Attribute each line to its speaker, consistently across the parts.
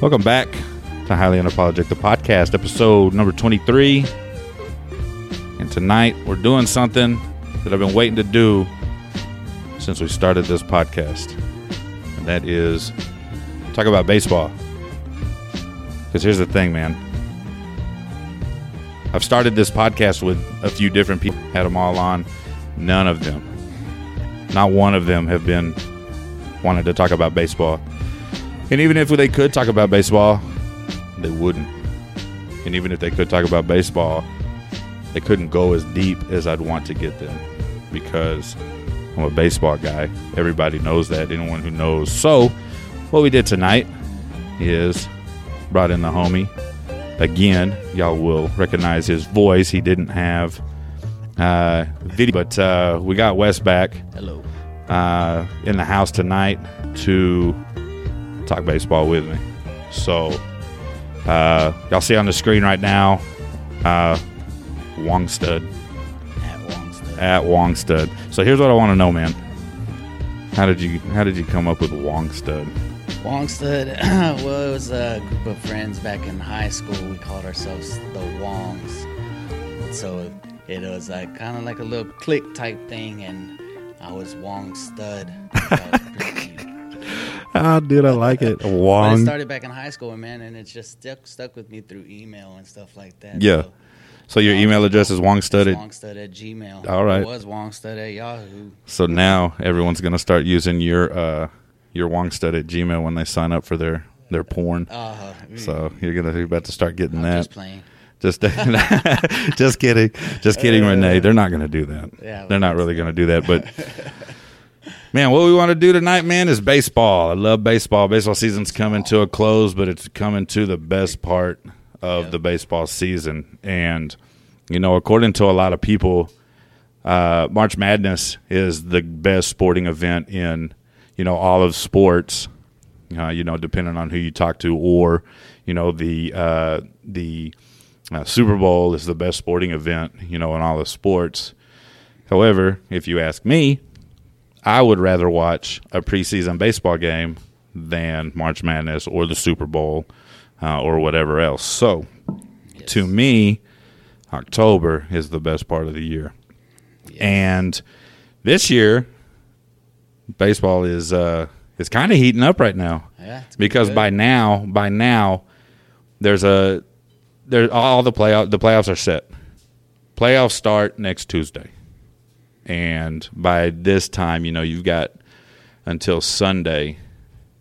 Speaker 1: Welcome back to Highly Unapologetic, the podcast, episode number 23. And tonight we're doing something that I've been waiting to do since we started this podcast. And that is talk about baseball. Because here's the thing, man. I've started this podcast with a few different people, had them all on. None of them, not one of them, have been wanted to talk about baseball. And even if they could talk about baseball, they wouldn't. And even if they could talk about baseball, they couldn't go as deep as I'd want to get them because I'm a baseball guy. Everybody knows that, anyone who knows. So, what we did tonight is brought in the homie. Again, y'all will recognize his voice. He didn't have uh, video, but uh, we got Wes back. Hello. Uh, in the house tonight to talk baseball with me. So, uh, y'all see on the screen right now, uh, Wongstud
Speaker 2: At Longstead.
Speaker 1: at Wongstud. So here's what I want to know, man. How did you How did you come up with Wongstud?
Speaker 2: Longstead well, it was a group of friends back in high school. We called ourselves the Wongs. So it was like kind of like a little clique type thing, and I was Wong Stud. That was pretty cute.
Speaker 1: How did I like it?
Speaker 2: But it
Speaker 1: Wong.
Speaker 2: started back in high school, man, and it just stuck, stuck with me through email and stuff like that.
Speaker 1: Yeah.
Speaker 2: So
Speaker 1: So your email address is Wongstud. at-
Speaker 2: Wongstud at Gmail.
Speaker 1: All right.
Speaker 2: It was Wongstud at Yahoo.
Speaker 1: So now everyone's gonna start using your uh, your Wongstud at Gmail when they sign up for their their porn.
Speaker 2: Uh,
Speaker 1: So you're gonna you're about to start getting that.
Speaker 2: just playing.
Speaker 1: Just, just kidding, just kidding, Renee. They're not going to do that.
Speaker 2: Yeah,
Speaker 1: They're Uh, not really going to do that. But man, what we want to do tonight, man, is baseball. I love baseball. Baseball season's coming to a close, but it's coming to the best part of the baseball season. And you know, according to a lot of people, uh, March Madness is the best sporting event in you know all of sports. Uh, you know, depending on who you talk to, or you know the uh, the uh, Super Bowl is the best sporting event you know in all of sports. However, if you ask me, I would rather watch a preseason baseball game than March Madness or the Super Bowl uh, or whatever else. So, to me, October is the best part of the year. And this year, baseball is uh, is kind of heating up right now
Speaker 2: Yeah, it's pretty
Speaker 1: because
Speaker 2: good.
Speaker 1: by now, by now, there's a there all the playoff the playoffs are set. Playoffs start next Tuesday, and by this time, you know you've got until Sunday,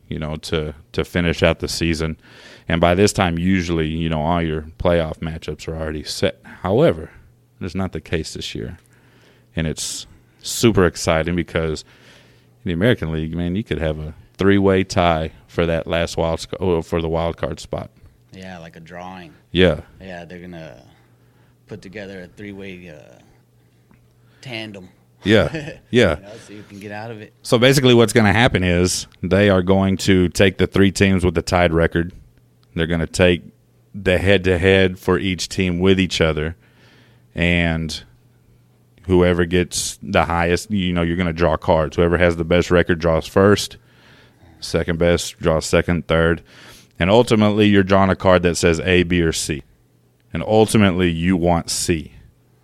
Speaker 1: you know to to finish out the season, and by this time, usually you know all your playoff matchups are already set. However, that's not the case this year, and it's super exciting because in the American League, man, you could have a three way tie for that last wild sc- oh, for the wild card spot.
Speaker 2: Yeah, like a drawing.
Speaker 1: Yeah,
Speaker 2: Yeah, they're gonna put together a three-way uh, tandem.
Speaker 1: yeah, yeah.
Speaker 2: You know, so you can get out of it.
Speaker 1: So basically, what's going to happen is they are going to take the three teams with the tied record. They're going to take the head to head for each team with each other, and whoever gets the highest, you know, you're going to draw cards. Whoever has the best record draws first. Second best draws second, third, and ultimately you're drawing a card that says A, B, or C. and ultimately you want C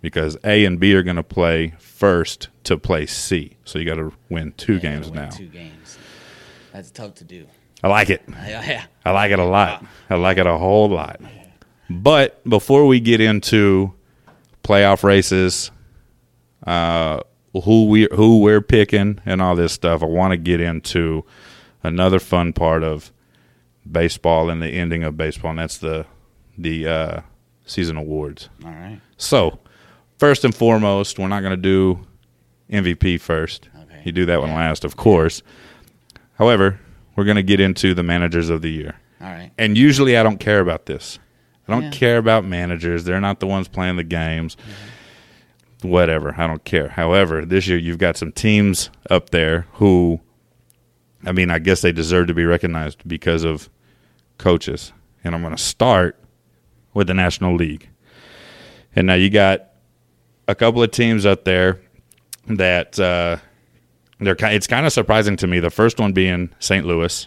Speaker 1: because A and B are going to play first to play C. So you got to win two
Speaker 2: Yeah,
Speaker 1: games
Speaker 2: win
Speaker 1: now.
Speaker 2: Two games. That's tough to do.
Speaker 1: I like it.
Speaker 2: Yeah, yeah.
Speaker 1: I like it a lot. I like it a whole lot. But before we get into playoff races, uh, who we who we're picking and all this stuff, I want to get into another fun part of baseball and the ending of baseball, and that's the the uh, season awards.
Speaker 2: All right.
Speaker 1: So, first and foremost, we're not going to do MVP first.
Speaker 2: Okay.
Speaker 1: You do that one last, of course. However, we're going to get into the managers of the year.
Speaker 2: All right.
Speaker 1: And usually I don't care about this. I don't
Speaker 2: Yeah.
Speaker 1: care about managers. They're not the ones playing the games. Whatever. I don't care. However, this year you've got some teams up there who, I mean, I guess they deserve to be recognized because of coaches. And I'm going to start with the National League. And now you got a couple of teams up there that uh, they're ki- it's kind of surprising to me. The first one being St. Louis,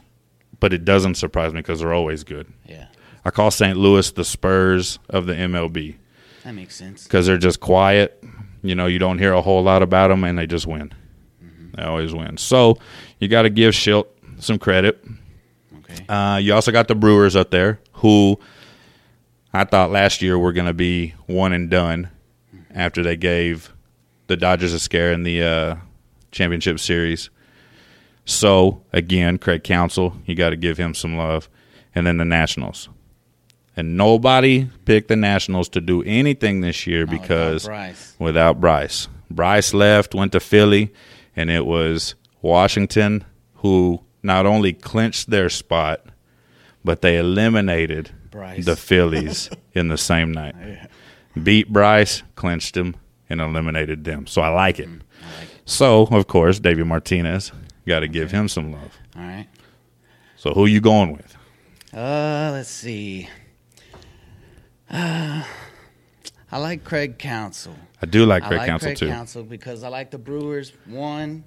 Speaker 1: but it doesn't surprise me because they're always good.
Speaker 2: Yeah.
Speaker 1: I call St. Louis the Spurs of the MLB
Speaker 2: That makes sense.
Speaker 1: because they're just quiet. You know, you don't hear a whole lot about them, and they just win. They always win. So you got to give Schilt some credit.
Speaker 2: Okay.
Speaker 1: Uh, you also got the Brewers up there, who I thought last year were going to be one and done after they gave the Dodgers a scare in the uh, championship series. So again, Craig Council, you got to give him some love, and then the Nationals. And nobody picked the Nationals to do anything this year
Speaker 2: without
Speaker 1: because
Speaker 2: Bryce.
Speaker 1: without Bryce. Bryce left, went to Philly, and it was Washington who not only clinched their spot, but they eliminated
Speaker 2: Bryce.
Speaker 1: the Phillies in the same night. Beat Bryce, clinched him, and eliminated them. So I like it.
Speaker 2: Mm, I like it.
Speaker 1: So, of course, David Martinez, got to give him some love.
Speaker 2: All right.
Speaker 1: So who you going with?
Speaker 2: Uh, let's see. Uh, I like Craig Council.
Speaker 1: I do like
Speaker 2: I
Speaker 1: Craig
Speaker 2: like
Speaker 1: Council,
Speaker 2: Craig
Speaker 1: too.
Speaker 2: Council because I like the Brewers. One,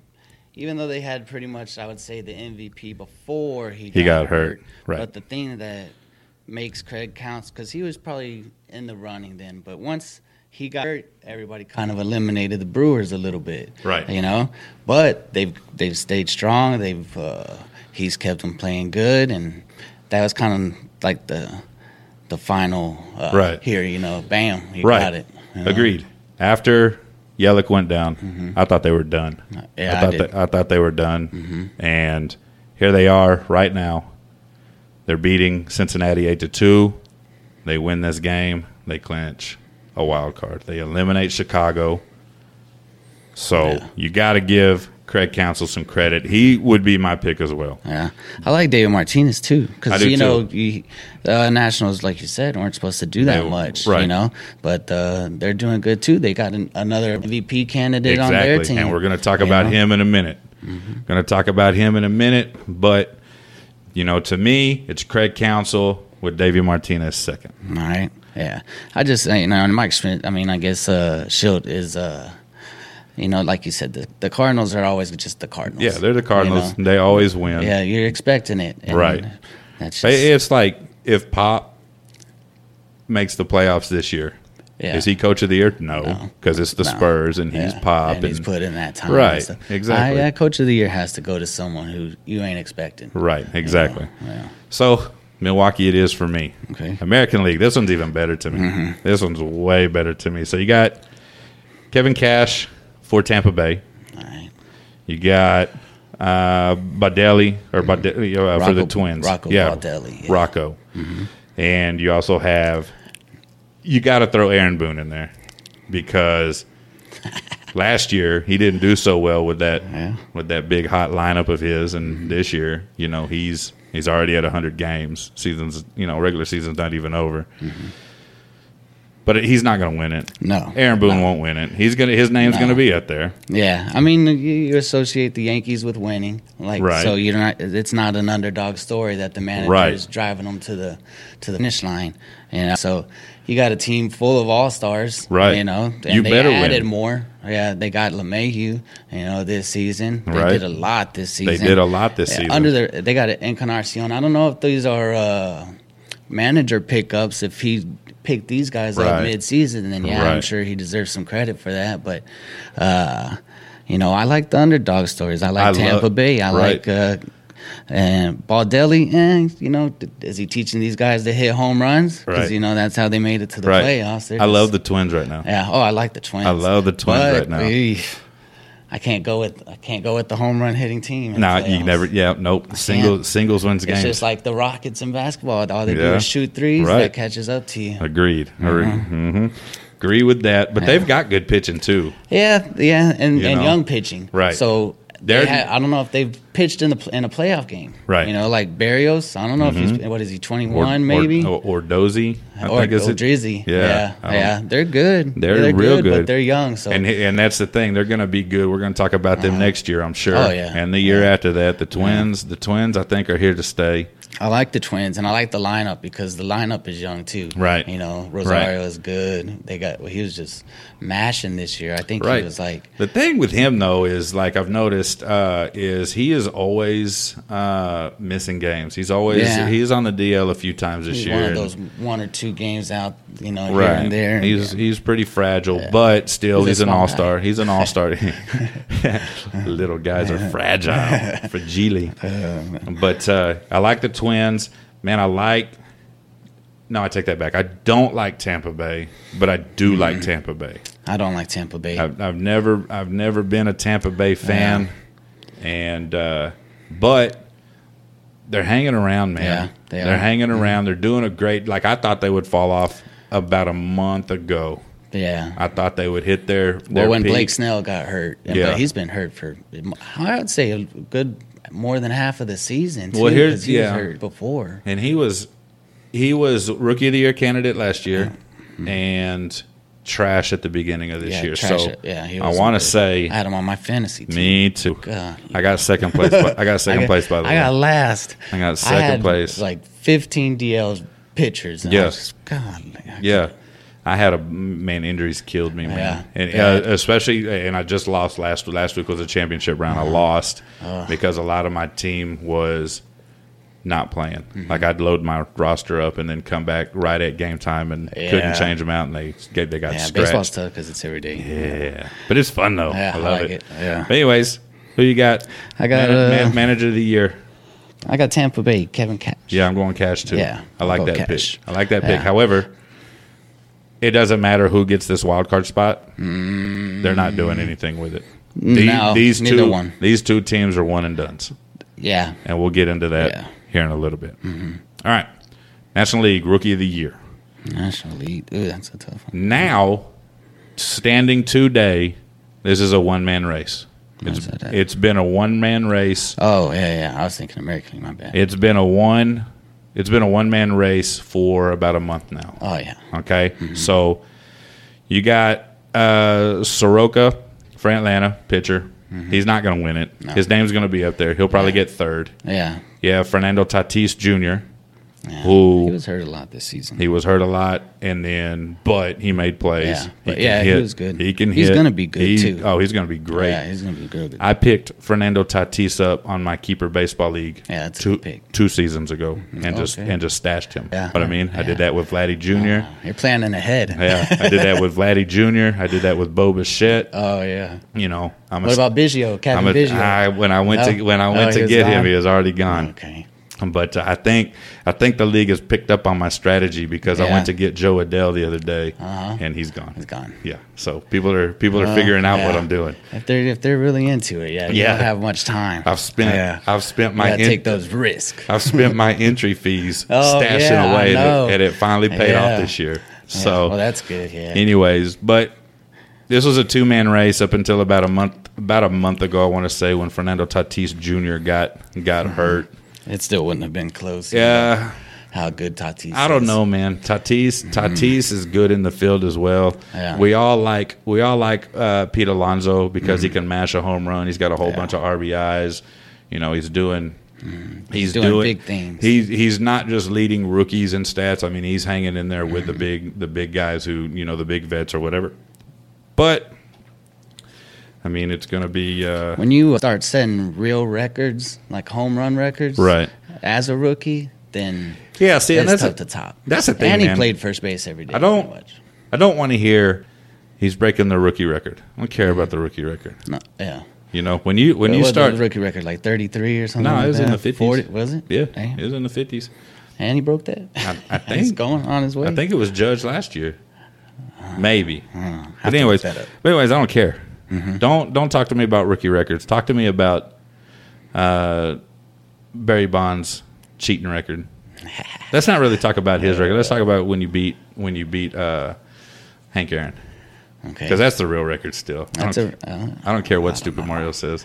Speaker 2: even though they had pretty much, I would say, the MVP before he
Speaker 1: He got hurt, right.
Speaker 2: But the thing that makes Craig Council because he was probably in the running then, but once he got hurt, everybody kind of eliminated the Brewers a little bit,
Speaker 1: Right.
Speaker 2: You know, but they've they've stayed strong. They've uh, he's kept them playing good, and that was kind of like the the final uh,
Speaker 1: Right.
Speaker 2: here. You know, bam, you
Speaker 1: Right.
Speaker 2: got it. you know?
Speaker 1: Agreed. After Yelich went down, I thought they were done.
Speaker 2: Mm-hmm. Yeah, I
Speaker 1: thought
Speaker 2: did. Mm-hmm.
Speaker 1: They, I thought they were done. And here they are right now. They're beating Cincinnati eight to two. They win this game. They clinch a wild card. They eliminate Chicago. So you got to give Craig Council some credit. He would be my pick as well.
Speaker 2: Yeah, I like David Martinez too
Speaker 1: I
Speaker 2: because
Speaker 1: do,
Speaker 2: you
Speaker 1: too.
Speaker 2: know you, uh, Nationals, like you said, weren't supposed to do that
Speaker 1: They-
Speaker 2: much,
Speaker 1: right.
Speaker 2: you know. But uh, they're doing good too. They got an, another MVP candidate on their team,
Speaker 1: And we're going to talk
Speaker 2: you
Speaker 1: about
Speaker 2: know? Mm-hmm.
Speaker 1: him in a minute. Going to talk about him in a minute. But, you know, to me, it's Craig Council with Davey Martinez second.
Speaker 2: All right, yeah. I just you know, and Mike Schmidt. I mean, I guess uh, Shield is. Uh, you know, like you said, the, the Cardinals are always just the Cardinals.
Speaker 1: Yeah, they're the
Speaker 2: you
Speaker 1: Cardinals.
Speaker 2: know?
Speaker 1: They always win.
Speaker 2: Yeah, you're expecting it, and
Speaker 1: Right.
Speaker 2: That's just,
Speaker 1: It- It's like if Pop makes the playoffs this year,
Speaker 2: Yeah.
Speaker 1: is he coach of the year? No,
Speaker 2: No.
Speaker 1: because it's the
Speaker 2: No.
Speaker 1: Spurs and he's
Speaker 2: Yeah.
Speaker 1: Pop.
Speaker 2: and he's put in that time, and
Speaker 1: Right,
Speaker 2: stuff.
Speaker 1: exactly.
Speaker 2: I, yeah, coach of the year has to go to someone who you ain't expecting.
Speaker 1: Right, exactly.
Speaker 2: Yeah.
Speaker 1: So Milwaukee, it is for me.
Speaker 2: Okay. Mm-hmm.
Speaker 1: American League. This one's even better to me. This one's way better to me. So you got Kevin Cash for Tampa Bay.
Speaker 2: All right.
Speaker 1: You got uh, Badelli or Badelli uh, for
Speaker 2: Mm-hmm. Rocco-
Speaker 1: the Twins.
Speaker 2: Rocco Baldelli, yeah. Mm-hmm.
Speaker 1: Rocco. And you also have you got to throw Aaron Boone in there because last year he didn't do so well with that
Speaker 2: Yeah. Mm-hmm.
Speaker 1: with that big hot lineup of his, and this year you know he's he's already at hundred games. Seasons you know regular season's not even over. But he's not going to win it.
Speaker 2: Mm-hmm. No.
Speaker 1: Aaron Boone won't win it. He's gonna. His name's going to be up there.
Speaker 2: Yeah, I mean, you, you associate the Yankees with winning, like
Speaker 1: Right.
Speaker 2: so. You're not. It's not an underdog story that the manager
Speaker 1: Right.
Speaker 2: is driving them to the to the finish line. You know, so you got a team full of all stars,
Speaker 1: Right.
Speaker 2: You know, and
Speaker 1: You
Speaker 2: they
Speaker 1: better win.
Speaker 2: added more. Yeah, they got LeMahieu. You know, this season they
Speaker 1: Right.
Speaker 2: did a lot this season.
Speaker 1: did a lot this season.
Speaker 2: Under their, they got an Encarnacion. I don't know if these are uh, manager pickups. If he picked these guys
Speaker 1: Right.
Speaker 2: up mid-season, then yeah, I'm
Speaker 1: Right.
Speaker 2: sure he deserves some credit for that. But uh, you know, I like the underdog stories. I like
Speaker 1: I
Speaker 2: Tampa
Speaker 1: love-
Speaker 2: Bay. I
Speaker 1: right.
Speaker 2: like uh, and Baldelli. And you know, th- is he teaching these guys to hit home runs? Because
Speaker 1: Right.
Speaker 2: you know that's how they made it to the
Speaker 1: right.
Speaker 2: playoffs. They're
Speaker 1: I love
Speaker 2: just-
Speaker 1: the Twins right now.
Speaker 2: yeah. Oh, I like the Twins.
Speaker 1: I love the Twins
Speaker 2: But,
Speaker 1: right now.
Speaker 2: eef, I can't go with I can't go with the home run hitting team. in
Speaker 1: Nah,
Speaker 2: the
Speaker 1: you
Speaker 2: playoffs.
Speaker 1: never. Yeah, nope. Single singles wins
Speaker 2: It's
Speaker 1: games.
Speaker 2: just like the Rockets in basketball. All they do
Speaker 1: Yeah.
Speaker 2: is shoot threes.
Speaker 1: Right.
Speaker 2: That catches up to you.
Speaker 1: Agreed. Agree- mhm. Agree with that. But they've got good pitching too.
Speaker 2: Yeah, yeah, and,
Speaker 1: You
Speaker 2: and
Speaker 1: know?
Speaker 2: young pitching.
Speaker 1: Right.
Speaker 2: So
Speaker 1: They're-
Speaker 2: they ha- I don't know if they've pitched in the pl- in a playoff game.
Speaker 1: Right. Mm-hmm.
Speaker 2: You know, like Barrios. I don't know if he's what is he twenty one maybe
Speaker 1: or, or Dozy. I
Speaker 2: or,
Speaker 1: think is it.
Speaker 2: Drizzy.
Speaker 1: Yeah,
Speaker 2: Yeah,
Speaker 1: I
Speaker 2: yeah,
Speaker 1: don't-
Speaker 2: They're good.
Speaker 1: They're real good.
Speaker 2: but they're young. So
Speaker 1: And he- and that's the thing. They're going to be good. We're going to talk about them next year, I'm sure.
Speaker 2: Oh, yeah.
Speaker 1: And the year after that, the Twins. The Twins, I think, are here to stay.
Speaker 2: I like the Twins, and I like the lineup because the lineup is young too.
Speaker 1: Right.
Speaker 2: You know, Rosario is good. They got well, he was just mashing this year. I think he was like
Speaker 1: the thing with him though is like I've noticed uh, is he is always uh, missing games. He's always
Speaker 2: Yeah.
Speaker 1: he's on the DL a few times this
Speaker 2: he's
Speaker 1: year.
Speaker 2: one of
Speaker 1: and-
Speaker 2: those one or two games out. You know, here
Speaker 1: right
Speaker 2: and there.
Speaker 1: He's he's pretty fragile, but still he's,
Speaker 2: He's a
Speaker 1: an
Speaker 2: small guy.
Speaker 1: all star. He's an all star. Little guys are fragile, fragile. But uh, I like the Twins, man. I like. No, I take that back. I don't like Tampa Bay, but I do like Tampa Bay.
Speaker 2: I don't like Tampa Bay.
Speaker 1: I've, I've never I've never been a Tampa Bay fan, and uh, but they're hanging around, man.
Speaker 2: Yeah,
Speaker 1: are
Speaker 2: they are. Mm-hmm.
Speaker 1: hanging around. They're doing a great. Like I thought they would fall off about a month ago.
Speaker 2: yeah.
Speaker 1: I thought they would hit their, their
Speaker 2: well, when
Speaker 1: peak.
Speaker 2: Blake Snell got hurt, yeah.
Speaker 1: Yeah.
Speaker 2: but he's been hurt for I would say a good more than half of the season. Too,
Speaker 1: Well, here's-
Speaker 2: 'cause he
Speaker 1: yeah.
Speaker 2: was hurt before.
Speaker 1: and he was he was rookie of the year candidate last year, and trash at the beginning of this
Speaker 2: Mm-hmm. Yeah,
Speaker 1: year.
Speaker 2: trash
Speaker 1: so
Speaker 2: it. Yeah, he
Speaker 1: I
Speaker 2: was
Speaker 1: want to
Speaker 2: good.
Speaker 1: say
Speaker 2: I had him on my fantasy team.
Speaker 1: me too.
Speaker 2: God.
Speaker 1: I got second place. by- I got second
Speaker 2: I got,
Speaker 1: place by the
Speaker 2: I
Speaker 1: way.
Speaker 2: got last.
Speaker 1: I got second
Speaker 2: had,
Speaker 1: place.
Speaker 2: Like 15 DL pitchers. And I was
Speaker 1: Yes.
Speaker 2: just, God. like, I-
Speaker 1: Yeah. I had a man injuries killed me, man,
Speaker 2: Yeah.
Speaker 1: and
Speaker 2: Yeah.
Speaker 1: Uh, especially and I just lost last last week was a championship round.
Speaker 2: Uh-huh.
Speaker 1: I lost because a lot of my team was not playing.
Speaker 2: Mm-hmm.
Speaker 1: Like I'd load my roster up and then come back right at game time and
Speaker 2: Yeah.
Speaker 1: couldn't change them out, and they gave- they got
Speaker 2: Yeah, baseball's
Speaker 1: scratched.
Speaker 2: tough because it's every day.
Speaker 1: Yeah, but it's fun though.
Speaker 2: Yeah,
Speaker 1: I
Speaker 2: I
Speaker 1: love it.
Speaker 2: like it. Yeah.
Speaker 1: But anyways, who you got?
Speaker 2: I got,
Speaker 1: Man-
Speaker 2: uh,
Speaker 1: man- manager of the year.
Speaker 2: I got Tampa Bay, Kevin Cash.
Speaker 1: Yeah, I'm going cash too.
Speaker 2: Yeah,
Speaker 1: I like
Speaker 2: go
Speaker 1: that
Speaker 2: cash.
Speaker 1: pick. I like that pick.
Speaker 2: Yeah.
Speaker 1: However, it doesn't matter who gets this wild card spot. They're not doing anything with it. The-
Speaker 2: Mm. No,
Speaker 1: these
Speaker 2: neither
Speaker 1: two,
Speaker 2: one.
Speaker 1: these two teams are one and duns,
Speaker 2: Yeah.
Speaker 1: and we'll get into that
Speaker 2: Yeah. Mm-hmm.
Speaker 1: here in a little bit. All right, National League Rookie of the Year.
Speaker 2: National League. Ooh, that's a tough one.
Speaker 1: Now, standing today, this is a one man race. It's,
Speaker 2: That's it.
Speaker 1: it's been a one man race.
Speaker 2: Oh, yeah, yeah. I was thinking American League. My bad.
Speaker 1: It's been a one. It's been a one man race for about a month now.
Speaker 2: oh, yeah.
Speaker 1: Okay, so you got uh, Soroka for Atlanta, pitcher.
Speaker 2: Mm-hmm.
Speaker 1: He's not going to win it. His name's going to be up there. He'll probably get third.
Speaker 2: Yeah.
Speaker 1: Yeah, Fernando Tatis Jr., who
Speaker 2: He was hurt a lot this season.
Speaker 1: hurt a lot, and then but he made plays.
Speaker 2: Yeah, but
Speaker 1: can
Speaker 2: yeah, he
Speaker 1: hit.
Speaker 2: was good.
Speaker 1: He can.
Speaker 2: He's
Speaker 1: hit.
Speaker 2: gonna be good,
Speaker 1: He-
Speaker 2: too.
Speaker 1: Oh, he's going to be great.
Speaker 2: Yeah, he's going to be good.
Speaker 1: I picked Fernando Tatis up on my keeper baseball league
Speaker 2: Yeah, that's a
Speaker 1: two
Speaker 2: good pick. Mm-hmm.
Speaker 1: two seasons ago, and just
Speaker 2: Okay.
Speaker 1: and just stashed him. You
Speaker 2: Yeah.
Speaker 1: know what I mean, I did that with Vladdy Jr.
Speaker 2: You're planning ahead.
Speaker 1: Yeah, I did that with Vladdy Jr. I did that with Bo Bichette.
Speaker 2: Oh, yeah.
Speaker 1: You know, I'm a,
Speaker 2: What about Biggio?
Speaker 1: I'm
Speaker 2: Captain
Speaker 1: a,
Speaker 2: Biggio.
Speaker 1: I, when I went to
Speaker 2: No?
Speaker 1: when I
Speaker 2: No,
Speaker 1: went
Speaker 2: he
Speaker 1: to
Speaker 2: was
Speaker 1: get him,
Speaker 2: gone?
Speaker 1: he was already gone.
Speaker 2: okay.
Speaker 1: But uh, I think I think the league has picked up on my strategy because I
Speaker 2: Yeah. Uh-huh.
Speaker 1: went to get Joe Adele the other day, and he's gone.
Speaker 2: He's gone. Uh,
Speaker 1: Yeah, so people are people are figuring out what
Speaker 2: yeah.
Speaker 1: I'm doing.
Speaker 2: If they're if they're really into it, yeah, you
Speaker 1: Yeah.
Speaker 2: don't have much time.
Speaker 1: I've spent
Speaker 2: Yeah.
Speaker 1: I've spent
Speaker 2: You
Speaker 1: my
Speaker 2: gotta
Speaker 1: en-
Speaker 2: take those risks.
Speaker 1: I've spent my entry fees
Speaker 2: Oh,
Speaker 1: stashing
Speaker 2: yeah, I
Speaker 1: away,
Speaker 2: know.
Speaker 1: and it, and it finally paid
Speaker 2: Yeah.
Speaker 1: off this year. So
Speaker 2: well, that's good. Yeah.
Speaker 1: anyways but this was a two-man race up until about a month about a month ago i want to say when fernando tatis jr got got hurt
Speaker 2: it still wouldn't have been close.
Speaker 1: yeah
Speaker 2: How good Tatis.
Speaker 1: i don't
Speaker 2: is.
Speaker 1: know man tatis tatis is good in the field as well
Speaker 2: Yeah.
Speaker 1: we all like we all like uh, pete alonso because
Speaker 2: Mm-hmm.
Speaker 1: he can mash a home run he's got a whole bunch of rbis you know he's doing He's
Speaker 2: Mm. doing big things.
Speaker 1: He's he's not just leading rookies in stats. I mean, he's hanging in there with the
Speaker 2: Mm-hmm.
Speaker 1: big the big guys who you know the big vets or whatever. But I mean, it's going to be uh,
Speaker 2: When you start setting real records, like home run records,
Speaker 1: Right.
Speaker 2: As a rookie, then
Speaker 1: Yeah, see, and
Speaker 2: it's
Speaker 1: that's
Speaker 2: tough
Speaker 1: a-
Speaker 2: to top.
Speaker 1: that's the thing,
Speaker 2: And he
Speaker 1: man.
Speaker 2: played first base every day.
Speaker 1: I don't-
Speaker 2: pretty much.
Speaker 1: I don't want to hear he's breaking the rookie record. I don't care
Speaker 2: Mm-hmm.
Speaker 1: about the rookie record.
Speaker 2: No, yeah.
Speaker 1: You know, when you when
Speaker 2: What
Speaker 1: you
Speaker 2: was
Speaker 1: start
Speaker 2: the rookie record like 33 or something.
Speaker 1: No,
Speaker 2: like
Speaker 1: it was
Speaker 2: that?
Speaker 1: in the 50s.
Speaker 2: 40, was it?
Speaker 1: Yeah,
Speaker 2: Damn.
Speaker 1: it was in the 50s.
Speaker 2: And he broke that.
Speaker 1: I, I
Speaker 2: He's
Speaker 1: think
Speaker 2: going on his way.
Speaker 1: I think it was Judge last year. Maybe.
Speaker 2: Uh-huh. Hmm. have
Speaker 1: But
Speaker 2: to
Speaker 1: anyways,
Speaker 2: look that up. Mm-hmm.
Speaker 1: but anyways, I don't care. Don't don't talk to me about rookie records. Talk to me about uh, Barry Bonds cheating record. Let's not really talk about his record. Let's talk about when you beat when you beat uh, Hank Aaron
Speaker 2: Okay.
Speaker 1: because that's the real record still. I
Speaker 2: That's
Speaker 1: don't,
Speaker 2: a- uh,
Speaker 1: I don't care what stupid Mario says.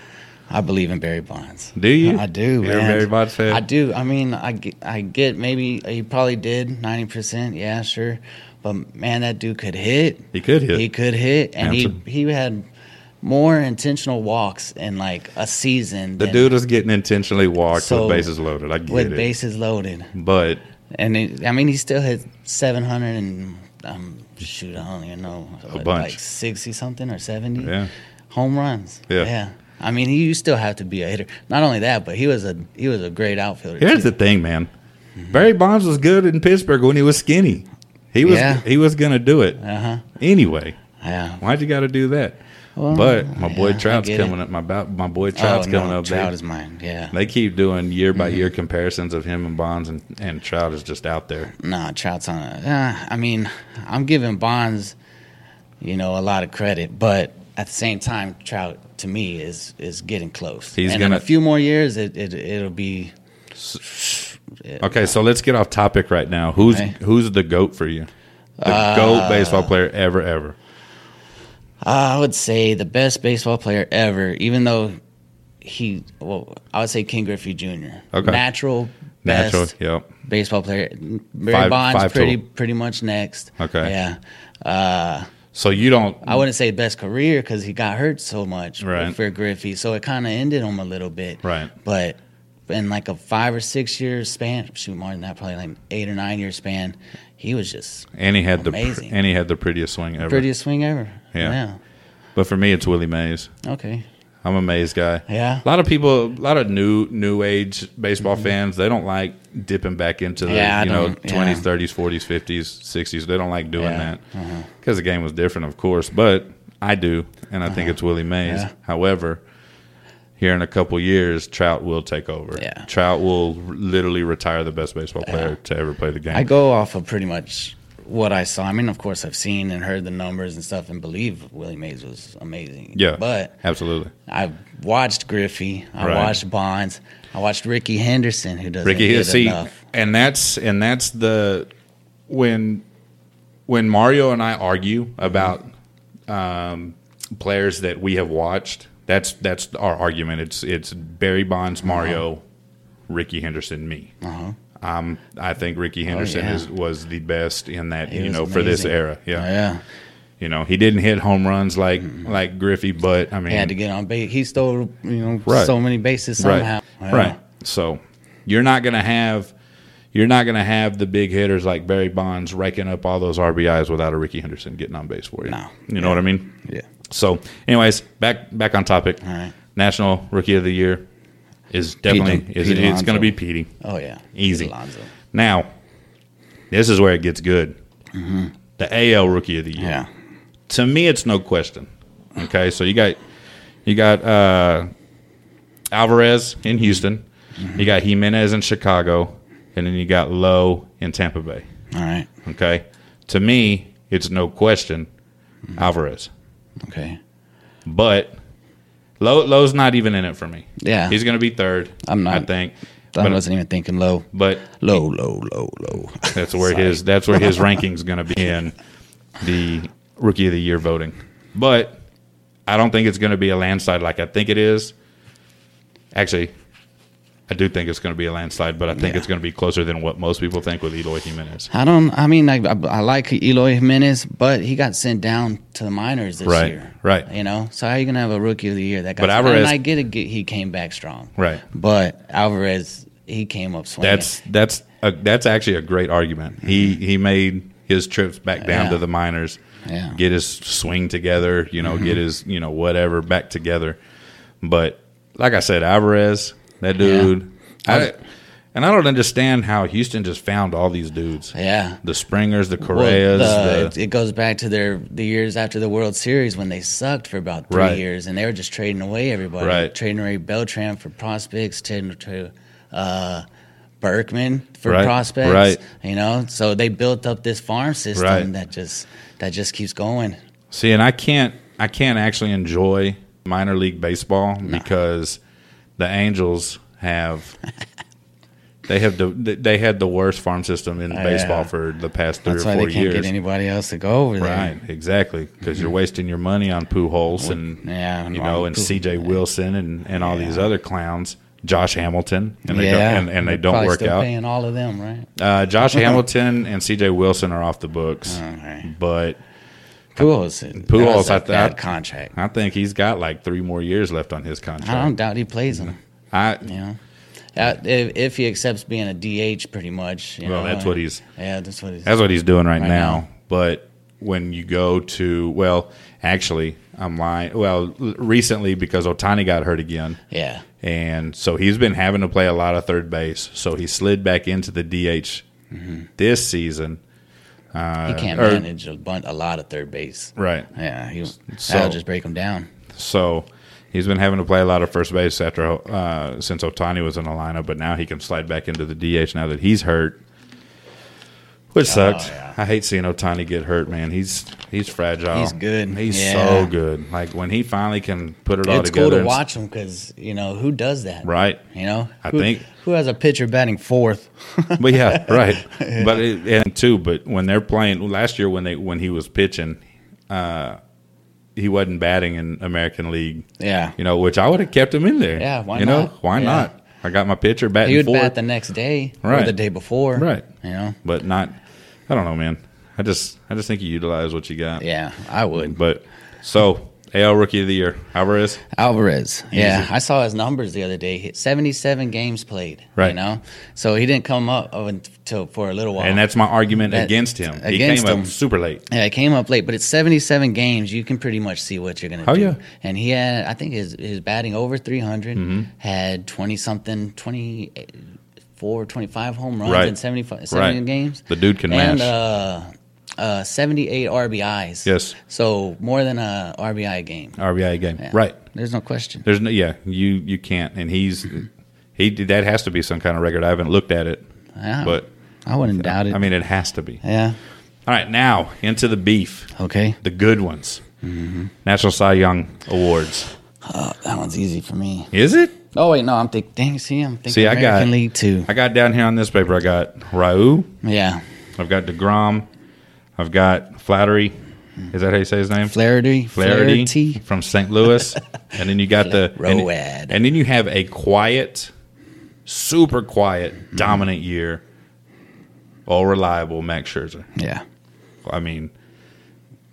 Speaker 2: I believe in Barry Bonds.
Speaker 1: Do you?
Speaker 2: I do, man.
Speaker 1: You're a Barry Bonds fan?
Speaker 2: I do. I mean, I get, I get maybe he probably did 90%. Yeah, sure. But man, that dude could hit.
Speaker 1: He could hit.
Speaker 2: He could hit. And
Speaker 1: Handsome.
Speaker 2: he he had more intentional walks in like a season.
Speaker 1: The
Speaker 2: than-
Speaker 1: dude was getting intentionally walked
Speaker 2: So,
Speaker 1: with bases loaded. I get
Speaker 2: with
Speaker 1: it,
Speaker 2: bases loaded.
Speaker 1: but
Speaker 2: And it, I mean, he still hit 700 and um, shoot, I don't even know. A
Speaker 1: bunch.
Speaker 2: Like 60 something or 70
Speaker 1: Yeah.
Speaker 2: home runs.
Speaker 1: Yeah.
Speaker 2: Yeah. I mean, he you still have to be a hitter. Not only that, but he was a he was a great outfielder.
Speaker 1: Here's
Speaker 2: too.
Speaker 1: the thing, man. Barry Bonds was good in Pittsburgh when he was skinny. He was
Speaker 2: Yeah.
Speaker 1: he was gonna do it
Speaker 2: Uh-huh.
Speaker 1: anyway.
Speaker 2: Yeah.
Speaker 1: Why'd you got to do that? but my boy
Speaker 2: yeah, I
Speaker 1: Trout's
Speaker 2: get it.
Speaker 1: coming up. My bo- my boy Trout's
Speaker 2: oh,
Speaker 1: coming
Speaker 2: no,
Speaker 1: up.
Speaker 2: Trout
Speaker 1: they,
Speaker 2: is Mm-hmm. mine. Yeah.
Speaker 1: they keep doing year by year comparisons of him and Bonds, and, and Trout is just out there.
Speaker 2: Nah, Trout's on. A, uh, I mean, I'm giving Bonds, you know, a lot of credit, but at the same time, Trout to me is is getting close.
Speaker 1: He's
Speaker 2: and
Speaker 1: gonna-
Speaker 2: in a few more years, it, it it'll be
Speaker 1: Okay, so let's get off topic right now. Who's
Speaker 2: Okay.
Speaker 1: who's the goat for you? The
Speaker 2: Uh,
Speaker 1: goat baseball player ever ever.
Speaker 2: I would say the best baseball player ever, even though he, well, I would say King Griffey Jr.
Speaker 1: Okay.
Speaker 2: Natural, best
Speaker 1: Natural. Yep.
Speaker 2: baseball player. Barry
Speaker 1: Five-
Speaker 2: Bonds,
Speaker 1: five
Speaker 2: pretty
Speaker 1: tool.
Speaker 2: pretty much next.
Speaker 1: Okay.
Speaker 2: Yeah.
Speaker 1: So you don't.
Speaker 2: I wouldn't say best career because he got hurt so much
Speaker 1: Right.
Speaker 2: for Griffey. So it kind of ended him a little bit.
Speaker 1: Right.
Speaker 2: But in like a five or six year span, shoot, more than that, probably like eight or nine year span, he was just
Speaker 1: And he had the
Speaker 2: Amazing.
Speaker 1: pr- and he had the prettiest swing ever.
Speaker 2: prettiest swing ever.
Speaker 1: Yeah. But for me, it's Willie Mays.
Speaker 2: Yeah. Okay.
Speaker 1: I'm a Mays guy.
Speaker 2: Yeah. Mm-hmm.
Speaker 1: A lot of people, a lot of new new age baseball fans, they don't like dipping back into the
Speaker 2: Yeah, I
Speaker 1: you know
Speaker 2: don't-
Speaker 1: 20s,
Speaker 2: yeah.
Speaker 1: 30s, 40s, 50s, 60s. They don't like doing
Speaker 2: Yeah, Mm-hmm.
Speaker 1: that because the game was different, of course. But I do, and I think it's Willie Mays.
Speaker 2: Uh-huh. Yeah.
Speaker 1: However, here in a couple years, Trout will take over.
Speaker 2: Yeah.
Speaker 1: Trout will r- literally retire the best baseball player to ever play the game.
Speaker 2: I go off of pretty much what I saw. I mean, of course, I've seen and heard the numbers and stuff, and believe Willie Mays was amazing.
Speaker 1: yeah,
Speaker 2: but
Speaker 1: absolutely.
Speaker 2: I watched Griffey, I
Speaker 1: Right.
Speaker 2: watched Bonds, I watched Ricky Henderson, who doesn't
Speaker 1: Ricky
Speaker 2: get
Speaker 1: Hill. See,
Speaker 2: enough.
Speaker 1: and that's and that's the when when Mario and I argue about um, players that we have watched. That's that's our argument. It's it's Barry
Speaker 2: Uh-huh.
Speaker 1: Bonds, Mario, Ricky Henderson, me. Um, I think Ricky Henderson
Speaker 2: Oh, yeah.
Speaker 1: is, was the best in that
Speaker 2: He
Speaker 1: you
Speaker 2: was
Speaker 1: know for this
Speaker 2: amazing.
Speaker 1: era. Yeah.
Speaker 2: Yeah, Mm-hmm.
Speaker 1: you know he didn't hit home runs like like Griffey, but I mean
Speaker 2: he had to get on base. He stole you know
Speaker 1: Right.
Speaker 2: so many bases somehow.
Speaker 1: Right.
Speaker 2: Yeah.
Speaker 1: Right. So you're not gonna have you're not gonna have the big hitters like Barry Bonds raking up all those RBIs without a Ricky Henderson getting on base for you.
Speaker 2: No.
Speaker 1: You know what I mean?
Speaker 2: Yeah.
Speaker 1: So anyways, back back on topic.
Speaker 2: All right.
Speaker 1: National Rookie of the Year is definitely is
Speaker 2: Pete
Speaker 1: it's gonna
Speaker 2: Alonso.
Speaker 1: be Petey.
Speaker 2: Oh yeah.
Speaker 1: Easy.
Speaker 2: Alonzo.
Speaker 1: Now, this is where it gets good.
Speaker 2: Mm-hmm.
Speaker 1: The AL Rookie of the Year
Speaker 2: Yeah.
Speaker 1: to me it's no question okay so you got you got uh alvarez in houston
Speaker 2: Mm-hmm.
Speaker 1: you got jimenez in chicago and then you got lowe in tampa bay
Speaker 2: All right.
Speaker 1: okay to me it's no question
Speaker 2: Mm-hmm.
Speaker 1: alvarez
Speaker 2: Okay.
Speaker 1: but lowe lowe's not even in it for me
Speaker 2: Yeah.
Speaker 1: he's gonna be third
Speaker 2: I'm not-
Speaker 1: i think
Speaker 2: I
Speaker 1: but,
Speaker 2: wasn't even thinking low,
Speaker 1: but
Speaker 2: low, low, low, low.
Speaker 1: that's where his that's where his ranking's gonna be in the rookie of the year voting but I don't think it's going to be a landslide like I think it is. Actually, I do think it's going to be a landslide, but I think
Speaker 2: Yeah.
Speaker 1: it's going to be closer than what most people think with Eloy Jimenez.
Speaker 2: I don't. I mean, I, I, I like Eloy Jimenez, but he got sent down to the minors this
Speaker 1: Right,
Speaker 2: year.
Speaker 1: right.
Speaker 2: You know, so how you gonna have a rookie of the year that got?
Speaker 1: But
Speaker 2: sent-
Speaker 1: Alvarez-
Speaker 2: and I get it. get- He came back strong.
Speaker 1: Right.
Speaker 2: But Alvarez, he came up swinging.
Speaker 1: That's that's a, that's actually a great argument. He he made his trips back down
Speaker 2: Mm-hmm. Yeah.
Speaker 1: to the minors,
Speaker 2: Yeah. Mm-hmm.
Speaker 1: get his swing together, you know, get his you know whatever back together. But like I said, Alvarez, that dude, I, And I don't understand how Houston just found all these dudes.
Speaker 2: Yeah.
Speaker 1: The Springers, the
Speaker 2: Well,
Speaker 1: Correas,
Speaker 2: the-
Speaker 1: the,
Speaker 2: it goes back to their the years after the World Series when they sucked for about three
Speaker 1: Right.
Speaker 2: years and they were just trading away everybody,
Speaker 1: Right.
Speaker 2: trading away Beltran for prospects, trading to uh, Berkman for
Speaker 1: Right,
Speaker 2: prospects,
Speaker 1: right.
Speaker 2: You know, so they built up this farm system
Speaker 1: Right.
Speaker 2: that just that just keeps going.
Speaker 1: See, and I can't I can't actually enjoy minor league baseball because the Angels have they have the, they had the worst farm system in baseball for the past three
Speaker 2: That's
Speaker 1: or
Speaker 2: why
Speaker 1: four
Speaker 2: they can't
Speaker 1: years.
Speaker 2: get anybody else to go over there.
Speaker 1: Right, exactly, because you're wasting your money on Pujols and
Speaker 2: yeah,
Speaker 1: you
Speaker 2: on
Speaker 1: know, and
Speaker 2: Pujols.
Speaker 1: C.J. Wilson and, and all these other clowns, Josh Hamilton, and they
Speaker 2: yeah,
Speaker 1: don't, and, and they
Speaker 2: They're
Speaker 1: don't
Speaker 2: probably
Speaker 1: work
Speaker 2: still
Speaker 1: out.
Speaker 2: Paying all of them, right?
Speaker 1: Uh, Josh Hamilton and C.J. Wilson are off the books,
Speaker 2: Okay.
Speaker 1: but
Speaker 2: Pujols,
Speaker 1: Pujols, I
Speaker 2: I
Speaker 1: thought-
Speaker 2: bad contract.
Speaker 1: I think he's got like three more years left on his contract.
Speaker 2: I don't doubt he plays them.
Speaker 1: I
Speaker 2: You know, uh, if, if he accepts being a DH, pretty much. You
Speaker 1: Well,
Speaker 2: know,
Speaker 1: that's what he's-
Speaker 2: Yeah, that's what he's.
Speaker 1: that's what he's doing right, now.
Speaker 2: now.
Speaker 1: But when you go to well, actually, I'm lying. Well, l- recently because Otani got hurt again,
Speaker 2: yeah,
Speaker 1: and so he's been having to play a lot of third base. So he slid back into the DH this season.
Speaker 2: he can't
Speaker 1: Uh, or-
Speaker 2: manage a bunch, a lot of third base.
Speaker 1: Right.
Speaker 2: Yeah, he'll
Speaker 1: So-
Speaker 2: that'll just break him down.
Speaker 1: So he's been having to play a lot of first base after uh, since Otani was in the lineup, but now he can slide back into the DH now that he's hurt, which sucks.
Speaker 2: yeah.
Speaker 1: I hate seeing Otani get hurt, man. He's he's fragile.
Speaker 2: He's good.
Speaker 1: He's
Speaker 2: Yeah.
Speaker 1: so good. Like when he finally can put it all
Speaker 2: it's
Speaker 1: together.
Speaker 2: cool to
Speaker 1: and-
Speaker 2: watch him because you know who does that,
Speaker 1: Right.
Speaker 2: You know,
Speaker 1: I
Speaker 2: Who-
Speaker 1: think-
Speaker 2: who has a pitcher batting fourth.
Speaker 1: But yeah, right. But it, and two, but when they're playing last year when they when he was pitching, uh, he wasn't batting in American League.
Speaker 2: Yeah,
Speaker 1: You know, which I would have kept him in there.
Speaker 2: Yeah, why
Speaker 1: you know,
Speaker 2: not?
Speaker 1: why
Speaker 2: Yeah.
Speaker 1: not? I got my pitcher batting
Speaker 2: he would
Speaker 1: fourth.
Speaker 2: bat the next day or
Speaker 1: Right.
Speaker 2: the day before,
Speaker 1: Right.
Speaker 2: You know,
Speaker 1: but not. I don't know, man. I just I just think you utilize what you got.
Speaker 2: yeah, I would.
Speaker 1: But so AL Rookie of the Year Alvarez.
Speaker 2: Alvarez. Yeah, I saw his numbers the other day. He- 77 games played. You
Speaker 1: Right.
Speaker 2: know, so he didn't come up until for a little while.
Speaker 1: And that's my argument
Speaker 2: Uh, That-
Speaker 1: against him. he
Speaker 2: against
Speaker 1: came
Speaker 2: him.
Speaker 1: up super late.
Speaker 2: yeah, it came up late, but it's 77 games. You can pretty much see what you're going to
Speaker 1: Oh,
Speaker 2: do.
Speaker 1: yeah.
Speaker 2: And he had, I think, his his batting over 300
Speaker 1: Mm-hmm.
Speaker 2: had 20 something, 24, 25 home runs
Speaker 1: Right.
Speaker 2: in 75 70
Speaker 1: Right.
Speaker 2: games.
Speaker 1: The dude can
Speaker 2: and,
Speaker 1: mash.
Speaker 2: Uh, uh, 78 RBIs.
Speaker 1: Yes.
Speaker 2: So more than a RBI a game.
Speaker 1: RBI game.
Speaker 2: Yeah.
Speaker 1: Right.
Speaker 2: There's no question.
Speaker 1: There's no. Yeah. You you can't. And he's he that has to be some kind of record. I haven't looked at it,
Speaker 2: Yeah.
Speaker 1: but
Speaker 2: I wouldn't doubt it.
Speaker 1: I mean it has to be.
Speaker 2: yeah.
Speaker 1: All right. Now into the beef.
Speaker 2: Okay.
Speaker 1: The good ones. National Cy Young awards.
Speaker 2: That one's easy for me.
Speaker 1: Is it?
Speaker 2: Oh wait, no, I'm thinking. Dang, see, I'm thinking
Speaker 1: See, I
Speaker 2: American
Speaker 1: got
Speaker 2: League Two.
Speaker 1: I got down here on this paper. I got Raul.
Speaker 2: yeah,
Speaker 1: I've got Degrom. I've got Flattery. Is that how you say his name?
Speaker 2: Flaherty.
Speaker 1: Flaherty
Speaker 2: Flaherty.
Speaker 1: from St. Louis, and then you got the and,
Speaker 2: Road.
Speaker 1: and then you have a quiet, super quiet, dominant year. All reliable, Max Scherzer.
Speaker 2: Yeah.
Speaker 1: I mean,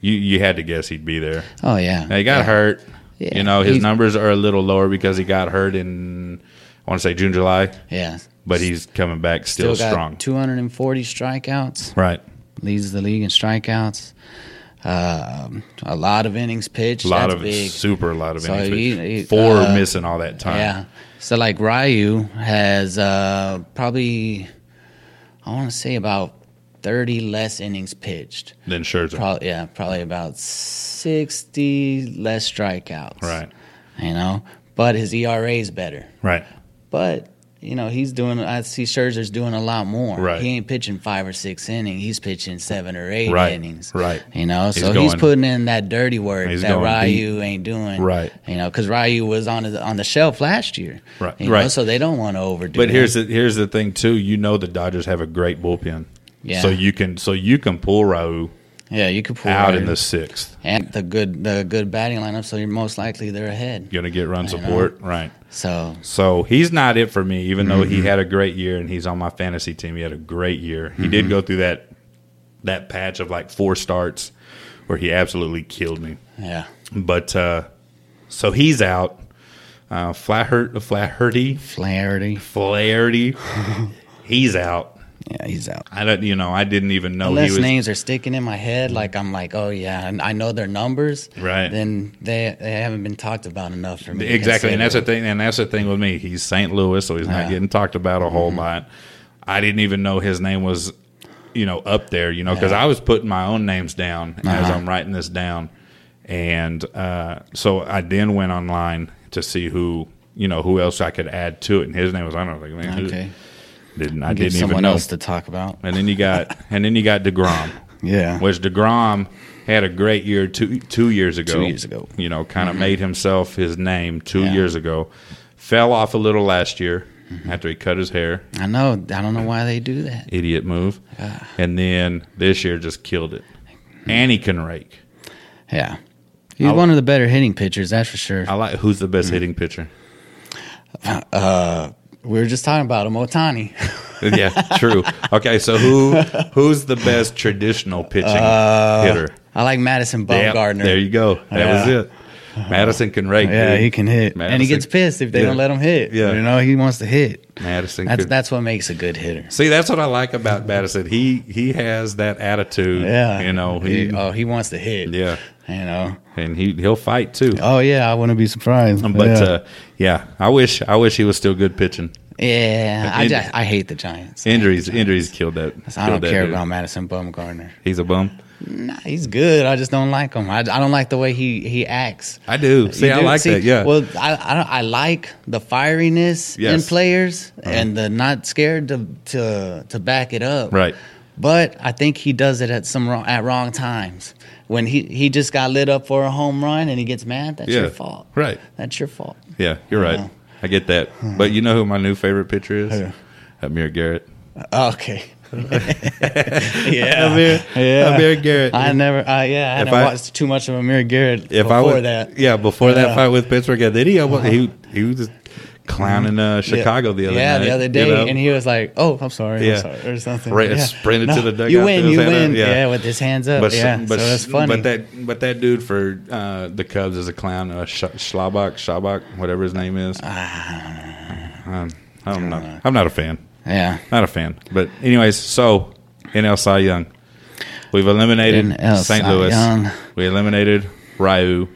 Speaker 1: you you had to guess he'd be there.
Speaker 2: Oh yeah.
Speaker 1: Now, he got hurt.
Speaker 2: Yeah.
Speaker 1: You know his
Speaker 2: He's-
Speaker 1: numbers are a little lower because he got hurt in I want to say June, July,
Speaker 2: Yeah.
Speaker 1: but he's coming back still,
Speaker 2: got
Speaker 1: strong.
Speaker 2: 240 strikeouts.
Speaker 1: right.
Speaker 2: Leads the league in strikeouts. Um, a lot of innings pitched.
Speaker 1: A lot
Speaker 2: That's
Speaker 1: of
Speaker 2: big.
Speaker 1: super, a lot of
Speaker 2: So
Speaker 1: innings, but
Speaker 2: he- he-
Speaker 1: four
Speaker 2: uh,
Speaker 1: missing all that time.
Speaker 2: Yeah. So like Ryu has uh, probably, I want to say about 30 less innings pitched.
Speaker 1: Then Scherzer,
Speaker 2: Probably yeah, probably about 60 less strikeouts.
Speaker 1: right,
Speaker 2: you know. But his ERA is better.
Speaker 1: right,
Speaker 2: But you know he's doing. I see Scherzer's doing a lot more.
Speaker 1: Right.
Speaker 2: He ain't pitching five or six innings. He's pitching seven or eight
Speaker 1: Right,
Speaker 2: innings.
Speaker 1: right.
Speaker 2: You know, so he's,
Speaker 1: going-
Speaker 2: putting in that dirty work
Speaker 1: He's
Speaker 2: that
Speaker 1: going
Speaker 2: Ryu ain't doing.
Speaker 1: Right.
Speaker 2: You know, because Ryu was on his, on the shelf last year.
Speaker 1: Right,
Speaker 2: You know,
Speaker 1: right.
Speaker 2: so they don't want to overdo.
Speaker 1: But
Speaker 2: it.
Speaker 1: here's the here's the thing too. You know the Dodgers have a great bullpen.
Speaker 2: Yeah.
Speaker 1: So you can so you can pull Raul
Speaker 2: yeah, you could pull
Speaker 1: out
Speaker 2: Ryu.
Speaker 1: in the sixth.
Speaker 2: and the good the good batting lineup. So you're most likely they're ahead.
Speaker 1: You're gonna get run support. Right.
Speaker 2: So
Speaker 1: So he's not it for me, even though he had a great year and he's on my fantasy team. He had a great year. He did go through that that patch of like four starts where he absolutely killed me.
Speaker 2: yeah,
Speaker 1: But uh so he's out. Uh Flaher Flaherty
Speaker 2: Flaherty.
Speaker 1: Flaherty, he's out.
Speaker 2: Yeah, he's out.
Speaker 1: I don't, you know, I didn't even know
Speaker 2: Unless
Speaker 1: Oh, he was.
Speaker 2: names are sticking in my head, like I'm like, oh yeah, and I know their numbers.
Speaker 1: Right.
Speaker 2: Then they they haven't been talked about enough for me. to
Speaker 1: Exactly, and that's the
Speaker 2: consider.
Speaker 1: thing. And that's the thing with me. He's St. Louis, so he's not
Speaker 2: Yeah. Mm-hmm.
Speaker 1: getting talked about a whole lot. I didn't even know his name was, you know, up there. You know, because I was putting my own names down
Speaker 2: Uh-huh.
Speaker 1: as I'm writing this down, and uh, so I then went online to see who, you know, who else I could add to it. And his name was I don't know, like, man, who-
Speaker 2: Okay.
Speaker 1: didn't I
Speaker 2: Give
Speaker 1: didn't even
Speaker 2: someone
Speaker 1: know.
Speaker 2: else to talk about.
Speaker 1: And then you got, and then you got Degrom.
Speaker 2: Yeah.
Speaker 1: Which Degrom had a great year two two years ago.
Speaker 2: Two years ago. Mm-hmm.
Speaker 1: you know, kind of made himself his name two
Speaker 2: Yeah. Mm-hmm.
Speaker 1: years ago. Fell off a little last year after he cut his hair.
Speaker 2: I know. I don't know why they do that.
Speaker 1: Idiot move. And then this year just killed it.
Speaker 2: Mm-hmm.
Speaker 1: And he can rake.
Speaker 2: Yeah. He's one of the better hitting pitchers, that's for sure.
Speaker 1: I like who's the best
Speaker 2: Mm-hmm.
Speaker 1: hitting pitcher.
Speaker 2: we were just talking about him, Otani.
Speaker 1: yeah, true. Okay, so who who's the best traditional pitching
Speaker 2: Uh,
Speaker 1: hitter?
Speaker 2: I like Madison
Speaker 1: Yeah,
Speaker 2: Bumgarner.
Speaker 1: There you go. That was it. Madison can rake.
Speaker 2: Yeah,
Speaker 1: dude.
Speaker 2: he can hit, and he
Speaker 1: Madison-
Speaker 2: gets pissed if they
Speaker 1: Yeah.
Speaker 2: don't let him hit.
Speaker 1: Yeah.
Speaker 2: you know he wants to hit.
Speaker 1: Madison
Speaker 2: That's
Speaker 1: can
Speaker 2: that's what makes a good hitter.
Speaker 1: See, that's what I like about Madison. He he has that attitude.
Speaker 2: Yeah,
Speaker 1: you know he
Speaker 2: oh he wants to hit.
Speaker 1: yeah,
Speaker 2: you know.
Speaker 1: and he he'll fight too.
Speaker 2: Oh yeah, I wouldn't be surprised.
Speaker 1: But yeah.
Speaker 2: yeah,
Speaker 1: Uh, yeah, I wish I wish he was still good pitching.
Speaker 2: yeah I,
Speaker 1: in-
Speaker 2: just, I hate the Giants.
Speaker 1: Injuries injuries killed that.
Speaker 2: I
Speaker 1: killed
Speaker 2: don't
Speaker 1: that
Speaker 2: care
Speaker 1: dude.
Speaker 2: about Madison Bumgarner.
Speaker 1: He's a bum.
Speaker 2: Nah, he's good. I just don't like him. I, I don't like the way he he acts.
Speaker 1: I do. See,
Speaker 2: You
Speaker 1: I
Speaker 2: do-
Speaker 1: like
Speaker 2: see,
Speaker 1: that. Yeah.
Speaker 2: Well, I I, don't, I like the fieriness in
Speaker 1: Yes. Uh-huh.
Speaker 2: players and the not scared to to to back it up.
Speaker 1: Right.
Speaker 2: But I think he does it at some wrong, at wrong times. When he, he just got lit up for a home run and he gets mad, that's
Speaker 1: Yeah.
Speaker 2: your fault.
Speaker 1: Right.
Speaker 2: That's your fault.
Speaker 1: yeah, you're right. I get that. But you know who my new favorite pitcher is? Amir Garrett.
Speaker 2: Okay. yeah. yeah.
Speaker 1: Amir Garrett.
Speaker 2: I never. Uh, yeah. I hadn't
Speaker 1: I-
Speaker 2: watched too much of Amir Garrett
Speaker 1: if
Speaker 2: before
Speaker 1: I would,
Speaker 2: that.
Speaker 1: yeah, before that
Speaker 2: Yeah. Uh-huh.
Speaker 1: fight with Pittsburgh, yeah, then he almost- he he was just clowning uh, Chicago the other
Speaker 2: yeah,
Speaker 1: night,
Speaker 2: the other
Speaker 1: you
Speaker 2: day,
Speaker 1: know?
Speaker 2: and he was like, "Oh, I'm sorry,
Speaker 1: Yeah.
Speaker 2: I'm sorry," or something.
Speaker 1: Right,
Speaker 2: yeah.
Speaker 1: sprinted to the dugout,
Speaker 2: You win,
Speaker 1: threw his
Speaker 2: you
Speaker 1: hand up,
Speaker 2: win.
Speaker 1: yeah.
Speaker 2: Yeah. with his hands up.
Speaker 1: But
Speaker 2: yeah,
Speaker 1: s-
Speaker 2: so
Speaker 1: s-
Speaker 2: that's funny.
Speaker 1: But that but that dude for uh, the Cubs is a clown. Uh, Sch- Schlabach, Schlabach, whatever his name is.
Speaker 2: Ah.
Speaker 1: Um, I don't know. I'm not a fan.
Speaker 2: yeah,
Speaker 1: Not a fan. But anyways, so NL Cy Young, we've eliminated
Speaker 2: NL
Speaker 1: St.
Speaker 2: Cy
Speaker 1: Louis.
Speaker 2: Young. Mm-hmm.
Speaker 1: We eliminated Ryu,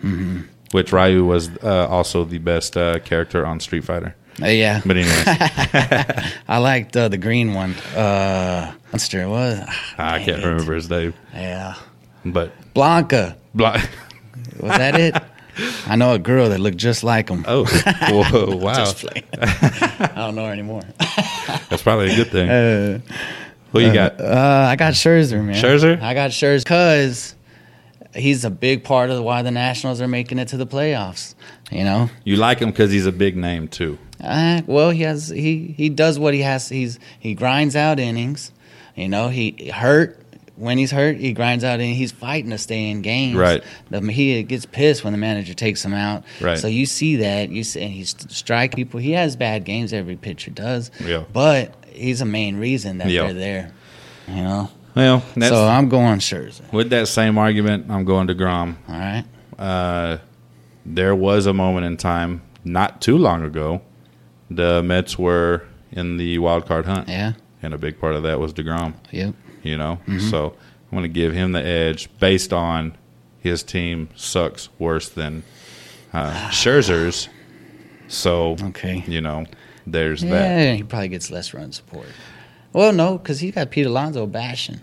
Speaker 1: which Ryu was uh, also the best uh, character on Street Fighter.
Speaker 2: Uh, yeah.
Speaker 1: But anyways,
Speaker 2: I liked uh, the green one. Uh, Monster it was.
Speaker 1: I
Speaker 2: Dang
Speaker 1: can't
Speaker 2: it.
Speaker 1: remember his name.
Speaker 2: Yeah,
Speaker 1: But
Speaker 2: Blanca.
Speaker 1: blah.
Speaker 2: Was that it? I know a girl that looked just like him.
Speaker 1: Oh, whoa, wow.
Speaker 2: Just playing. I don't know her anymore.
Speaker 1: That's probably a good thing. Who you got?
Speaker 2: Uh, I got Scherzer, man.
Speaker 1: Scherzer?
Speaker 2: I got Scherzer because he's a big part of why the Nationals are making it to the playoffs. You know,
Speaker 1: You like him because he's a big name too.
Speaker 2: Uh, well, he has he he does what he has. He's he grinds out innings. You know, he hurt when he's hurt. He grinds out and he's fighting to stay in games.
Speaker 1: Right.
Speaker 2: The, he gets pissed when the manager takes him out.
Speaker 1: Right.
Speaker 2: So you see that you see, and he's striking people. He has bad games. Every pitcher does.
Speaker 1: Yeah.
Speaker 2: But he's a main reason that
Speaker 1: Yeah.
Speaker 2: they're there. You know.
Speaker 1: Well, that's,
Speaker 2: so I'm going Scherzer.
Speaker 1: with that same argument, I'm going to Grom.
Speaker 2: All right.
Speaker 1: There was a moment in time not too long ago, the Mets were in the wild card hunt.
Speaker 2: Yeah.
Speaker 1: and a big part of that was Degrom.
Speaker 2: Yep.
Speaker 1: You know,
Speaker 2: Mm-hmm.
Speaker 1: so I'm going to give him the edge based on his team sucks worse than uh, Scherzer's. So
Speaker 2: Okay.
Speaker 1: you know, there's that.
Speaker 2: Yeah, he probably gets less run support. Well, no, because he got Pete Alonso bashing,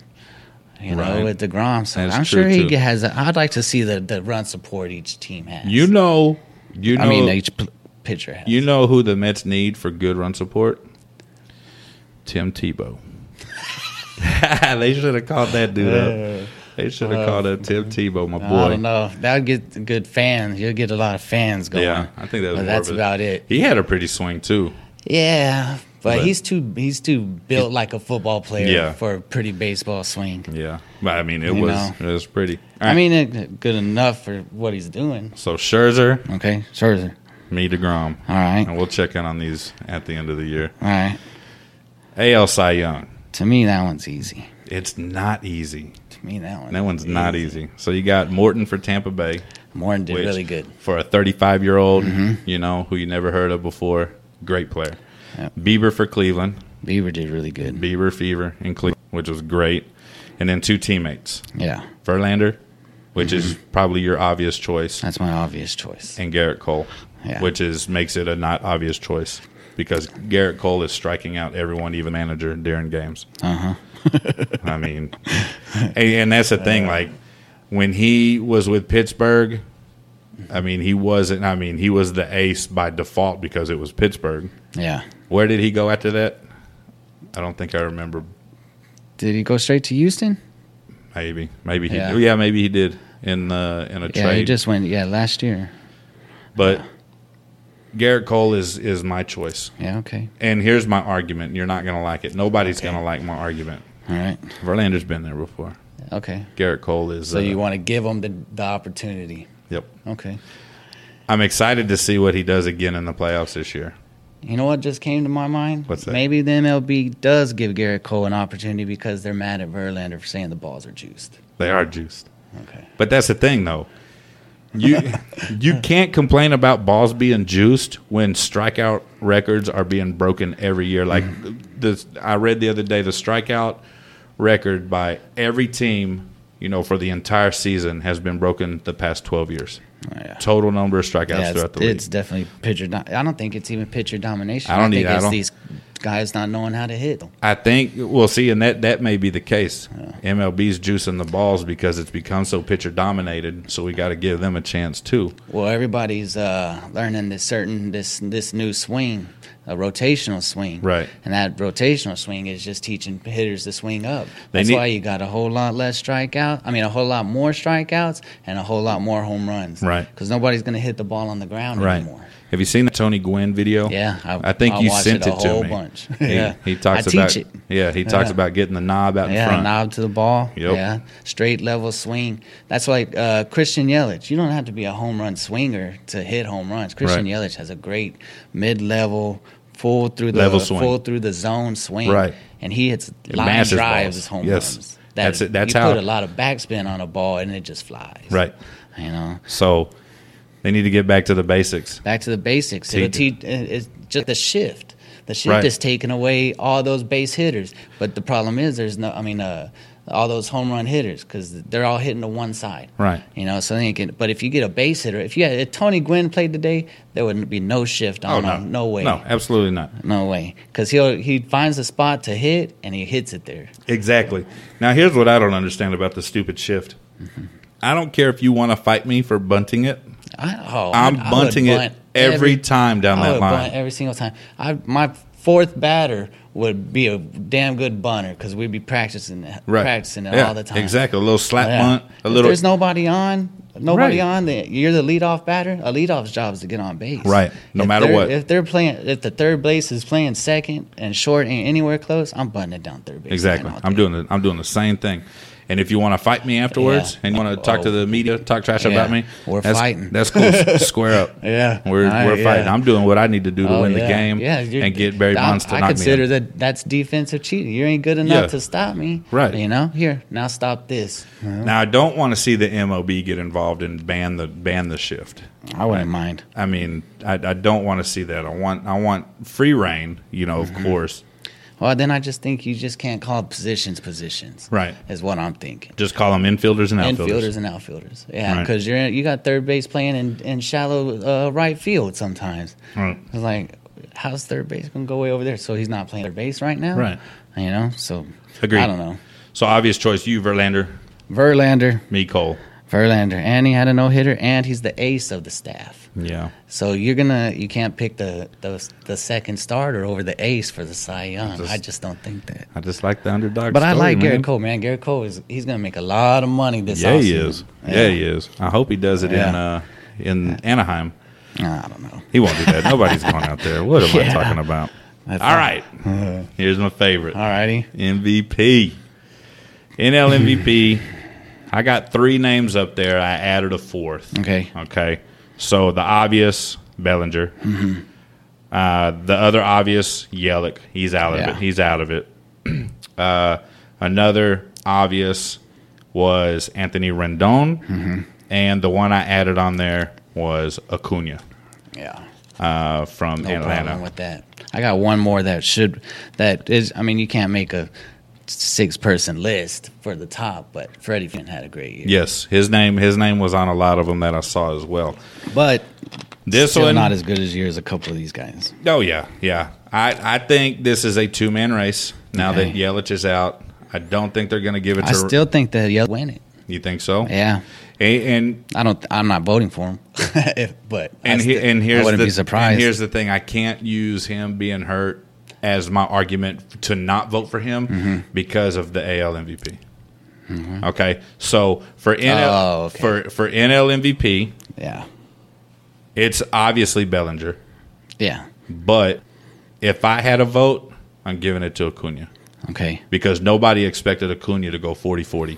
Speaker 2: you
Speaker 1: Right.
Speaker 2: know, with DeGrom. So
Speaker 1: That's
Speaker 2: I'm
Speaker 1: true,
Speaker 2: sure he
Speaker 1: too.
Speaker 2: has. A, I'd like to see the, the run support each team has.
Speaker 1: You know, you know,
Speaker 2: I mean, each p- pitcher has.
Speaker 1: You know who the Mets need for good run support? Tim Tebow. they should have called that dude up. They should have called up Tim Tebow, my
Speaker 2: I don't
Speaker 1: boy.
Speaker 2: know. That'd get good fans. You'll get a lot of fans going.
Speaker 1: Yeah, I think that was
Speaker 2: But
Speaker 1: more
Speaker 2: that's
Speaker 1: of a-
Speaker 2: about it.
Speaker 1: He had a pretty swing too.
Speaker 2: Yeah, but,
Speaker 1: But-
Speaker 2: he's too he's too built like a football player
Speaker 1: Yeah.
Speaker 2: for a pretty baseball swing.
Speaker 1: Yeah, but I mean, it
Speaker 2: You
Speaker 1: was
Speaker 2: know.
Speaker 1: it was pretty. All
Speaker 2: I
Speaker 1: right.
Speaker 2: mean, it, good enough for what he's doing.
Speaker 1: so Scherzer,
Speaker 2: Okay, Scherzer.
Speaker 1: me Degrom,
Speaker 2: All right,
Speaker 1: and
Speaker 2: all
Speaker 1: we'll check in on these at the end of the year.
Speaker 2: right.
Speaker 1: AL Cy Young.
Speaker 2: To me, that one's easy.
Speaker 1: It's not easy.
Speaker 2: To me, that one.
Speaker 1: That one's not easy. So you got Morton for Tampa Bay.
Speaker 2: Morton did
Speaker 1: which,
Speaker 2: really good. Mm-hmm.
Speaker 1: for a 35 year old, you know, who you never heard of before. Great player.
Speaker 2: Yep.
Speaker 1: Bieber for Cleveland.
Speaker 2: Beaver did really good.
Speaker 1: Bieber Fever in Cleveland, which was great, and then two teammates,
Speaker 2: Yeah,
Speaker 1: Verlander, which
Speaker 2: Mm-hmm.
Speaker 1: is probably your obvious choice,
Speaker 2: that's my obvious choice.
Speaker 1: and Garrett Cole,
Speaker 2: Yeah.
Speaker 1: which is makes it a not obvious choice because Garrett Cole is striking out everyone, even manager during games. Uh
Speaker 2: Uh-huh.
Speaker 1: huh. I mean, and, and that's the thing. Like when he was with Pittsburgh, I mean he wasn't. I mean he was the ace by default because it was Pittsburgh.
Speaker 2: Yeah.
Speaker 1: Where did he go after that? I don't think I remember.
Speaker 2: Did he go straight to Houston?
Speaker 1: Maybe, maybe he.
Speaker 2: Yeah.
Speaker 1: Yeah, maybe he did in uh, in a
Speaker 2: Yeah,
Speaker 1: trade.
Speaker 2: he just went. Yeah, last year.
Speaker 1: but Garrett Cole is is my choice.
Speaker 2: Yeah. Okay.
Speaker 1: And here's my argument. You're not gonna like it. Nobody's gonna like my argument.
Speaker 2: All right.
Speaker 1: Verlander's been there before.
Speaker 2: Okay.
Speaker 1: Garrett Cole is. uh,
Speaker 2: So you want to give him the the opportunity?
Speaker 1: Yep.
Speaker 2: Okay.
Speaker 1: I'm excited to see what he does again in the playoffs this year.
Speaker 2: You know what just came to my mind?
Speaker 1: What's that?
Speaker 2: Maybe the MLB does give Garrett Cole an opportunity because they're mad at Verlander for saying the balls are juiced.
Speaker 1: They are juiced.
Speaker 2: Okay.
Speaker 1: But that's the thing, though. You you can't complain about balls being juiced when strikeout records are being broken every year. Like
Speaker 2: Mm-hmm.
Speaker 1: the I read the other day, the strikeout record by every team, you know, for the entire season has been broken the past twelve years.
Speaker 2: yeah.
Speaker 1: Total number of strikeouts
Speaker 2: Yeah,
Speaker 1: throughout
Speaker 2: it's,
Speaker 1: the league.
Speaker 2: it's definitely pitcher. Do- I don't think it's even pitcher domination.
Speaker 1: I don't
Speaker 2: think
Speaker 1: either. I
Speaker 2: it's
Speaker 1: don't-
Speaker 2: these guys not knowing how to hit.
Speaker 1: I think we'll see, and that that may be the case. MLB's juicing the balls because it's become so pitcher dominated. So we got to give them a chance too.
Speaker 2: Well, everybody's uh, learning this certain this this new swing, a rotational swing,
Speaker 1: Right.
Speaker 2: And that rotational swing is just teaching hitters to swing up.
Speaker 1: They
Speaker 2: That's
Speaker 1: need-
Speaker 2: why you got a whole lot less strikeout. I mean, a whole lot more strikeouts and a whole lot more home runs,
Speaker 1: Right.
Speaker 2: Because nobody's going to hit the ball on the ground
Speaker 1: Right.
Speaker 2: anymore.
Speaker 1: Have you seen the Tony Gwynn video?
Speaker 2: Yeah, I-
Speaker 1: I, think
Speaker 2: I
Speaker 1: you
Speaker 2: watched
Speaker 1: sent
Speaker 2: it
Speaker 1: it,
Speaker 2: a
Speaker 1: to
Speaker 2: whole
Speaker 1: me.
Speaker 2: bunch.
Speaker 1: He,
Speaker 2: Yeah.
Speaker 1: he talks
Speaker 2: I
Speaker 1: about
Speaker 2: teach it.
Speaker 1: yeah, he talks
Speaker 2: Yeah.
Speaker 1: about getting the knob out in
Speaker 2: Yeah,
Speaker 1: front.
Speaker 2: knob to the ball.
Speaker 1: Yep.
Speaker 2: Yeah, straight level swing. That's like uh, Christian Yelich. You don't have to be a home run swinger to hit home runs. Christian
Speaker 1: Right.
Speaker 2: Yelich has a great mid level, full through the
Speaker 1: Level swing.
Speaker 2: full through the zone swing.
Speaker 1: Right.
Speaker 2: and he hits
Speaker 1: It
Speaker 2: line
Speaker 1: mashes
Speaker 2: drives
Speaker 1: balls.
Speaker 2: as home
Speaker 1: Yes.
Speaker 2: runs.
Speaker 1: That's it. That's
Speaker 2: you
Speaker 1: how-
Speaker 2: put a lot of backspin on a ball and it just flies.
Speaker 1: Right.
Speaker 2: You know,
Speaker 1: So they need to get back to the basics.
Speaker 2: back to the basics. It'll
Speaker 1: Teach-
Speaker 2: teach, it- it's just the shift. The shift
Speaker 1: Right.
Speaker 2: is taking away all those base hitters. But the problem is, there's no, I mean, uh, all those home run hitters because they're all hitting to one side.
Speaker 1: Right.
Speaker 2: You know, so then you can, but if you get a base hitter, if you had, if Tony Gwynn played today, there would be no shift on him. Oh, No way.
Speaker 1: Oh, No, absolutely not.
Speaker 2: No way. Because he'll, he finds a spot to hit and he hits it there.
Speaker 1: Exactly. Now here's what I don't understand about the stupid shift.
Speaker 2: Mm-hmm.
Speaker 1: I don't care if you want to fight me for bunting it.
Speaker 2: I, oh,
Speaker 1: I'm
Speaker 2: I would
Speaker 1: bunting it
Speaker 2: bunt
Speaker 1: every time down
Speaker 2: I
Speaker 1: that
Speaker 2: would
Speaker 1: line.
Speaker 2: Bunt every single time. I my fourth batter would be a damn good bunter because we'd be practicing that,
Speaker 1: Right.
Speaker 2: practicing it
Speaker 1: Yeah,
Speaker 2: all the time.
Speaker 1: Exactly. A little slap
Speaker 2: Yeah.
Speaker 1: bunt. A
Speaker 2: If
Speaker 1: little.
Speaker 2: there's nobody on. Nobody
Speaker 1: Right.
Speaker 2: on. The, you're the leadoff batter. A leadoff's job is to get on base.
Speaker 1: Right. No
Speaker 2: If
Speaker 1: matter
Speaker 2: they're-
Speaker 1: what.
Speaker 2: If they're playing, if the third base is playing second and short ain't anywhere close, I'm bunting it down third base.
Speaker 1: Exactly. I'm doing the, I'm doing the same thing. And if you want to fight me afterwards
Speaker 2: Yeah. Oh.
Speaker 1: and you want to talk to the media, talk trash
Speaker 2: Yeah.
Speaker 1: about me,
Speaker 2: We're
Speaker 1: that's,
Speaker 2: fighting.
Speaker 1: That's cool. S- Square up.
Speaker 2: Yeah.
Speaker 1: We're,
Speaker 2: All right,
Speaker 1: we're fighting.
Speaker 2: yeah.
Speaker 1: I'm doing what I need to do to
Speaker 2: Oh,
Speaker 1: win the
Speaker 2: yeah.
Speaker 1: game
Speaker 2: you're-
Speaker 1: and get Barry
Speaker 2: I-
Speaker 1: Bonds to
Speaker 2: I
Speaker 1: knock me.
Speaker 2: consider
Speaker 1: out.
Speaker 2: that that's defensive cheating. You ain't good enough
Speaker 1: Yeah.
Speaker 2: to stop me.
Speaker 1: Right.
Speaker 2: You know, here, now stop this.
Speaker 1: Now I don't want to see the MOB get involved and ban the ban the shift.
Speaker 2: I wouldn't mind.
Speaker 1: I mean, I, I don't want to see that. I want I want free reign, you know,
Speaker 2: Mm-hmm.
Speaker 1: of course.
Speaker 2: Well, then I just think you just can't call positions positions.
Speaker 1: Right.
Speaker 2: Is what I'm thinking.
Speaker 1: Just call them infielders and outfielders.
Speaker 2: Infielders and outfielders. Yeah,
Speaker 1: Right.
Speaker 2: because you're you got third base playing in, in shallow uh, right field sometimes.
Speaker 1: Right.
Speaker 2: It's like, how's third base gonna go way over there? So he's not playing third base right now.
Speaker 1: Right.
Speaker 2: You know. So
Speaker 1: Agreed.
Speaker 2: I don't know.
Speaker 1: So obvious choice, you Verlander,
Speaker 2: Verlander,
Speaker 1: me Cole.
Speaker 2: Verlander, and he had a no hitter, and he's the ace of the staff.
Speaker 1: Yeah.
Speaker 2: So you're gonna you can't pick the the, the second starter over the ace for the Cy Young.
Speaker 1: Just-
Speaker 2: I just don't think that.
Speaker 1: I just like the underdog.
Speaker 2: But I
Speaker 1: story,
Speaker 2: like
Speaker 1: man.
Speaker 2: Garrett Cole, man. Garrett Cole is he's gonna make a lot of money this
Speaker 1: Yeah, he
Speaker 2: offseason.
Speaker 1: is. Yeah. he is. I hope he does it in
Speaker 2: Yeah.
Speaker 1: uh, in Anaheim.
Speaker 2: Nah, I don't know.
Speaker 1: He won't do that. Nobody's going out there. What am I
Speaker 2: Yeah.
Speaker 1: talking about?
Speaker 2: That's
Speaker 1: All right. Here's my favorite
Speaker 2: Alrighty.
Speaker 1: MVP. NL MVP. I got three names up there. I added a fourth.
Speaker 2: Okay.
Speaker 1: Okay. So the obvious Bellinger.
Speaker 2: Mm-hmm.
Speaker 1: Uh, the other obvious Yelich. He's out of
Speaker 2: Yeah.
Speaker 1: it. He's out of it. uh, another obvious was Anthony
Speaker 2: Mm-hmm.
Speaker 1: Rendon, and the one I added on there was Acuna.
Speaker 2: Yeah.
Speaker 1: uh, from
Speaker 2: no
Speaker 1: Atlanta.
Speaker 2: problem with that. I got one more that should that is. I mean, you can't make a six person list for the top, but Freddie Finn had a great year.
Speaker 1: Yes, his name his name was on a lot of them that I saw as well.
Speaker 2: But
Speaker 1: This
Speaker 2: still
Speaker 1: one,
Speaker 2: not as good as yours. A couple of these guys.
Speaker 1: oh yeah, yeah. I I think this is a two man race now that
Speaker 2: Okay.
Speaker 1: Yelich is out. I don't think they're going to give it to.
Speaker 2: I still think that he'll win it.
Speaker 1: you think so?
Speaker 2: Yeah,
Speaker 1: And, and
Speaker 2: I don't. I'm not voting for him. If- but I
Speaker 1: and, he,
Speaker 2: still-
Speaker 1: and here's
Speaker 2: I wouldn't
Speaker 1: the
Speaker 2: be surprised.
Speaker 1: and here's the thing. I can't use him being hurt as my argument to not vote for him
Speaker 2: Mm-hmm.
Speaker 1: because of the AL MVP. Okay, so for NL
Speaker 2: Oh, okay.
Speaker 1: for for NL MVP,
Speaker 2: yeah,
Speaker 1: it's obviously Bellinger.
Speaker 2: yeah.
Speaker 1: But if I had a vote, I'm giving it to Acuna
Speaker 2: Okay.
Speaker 1: because nobody expected Acuna to go 40 40.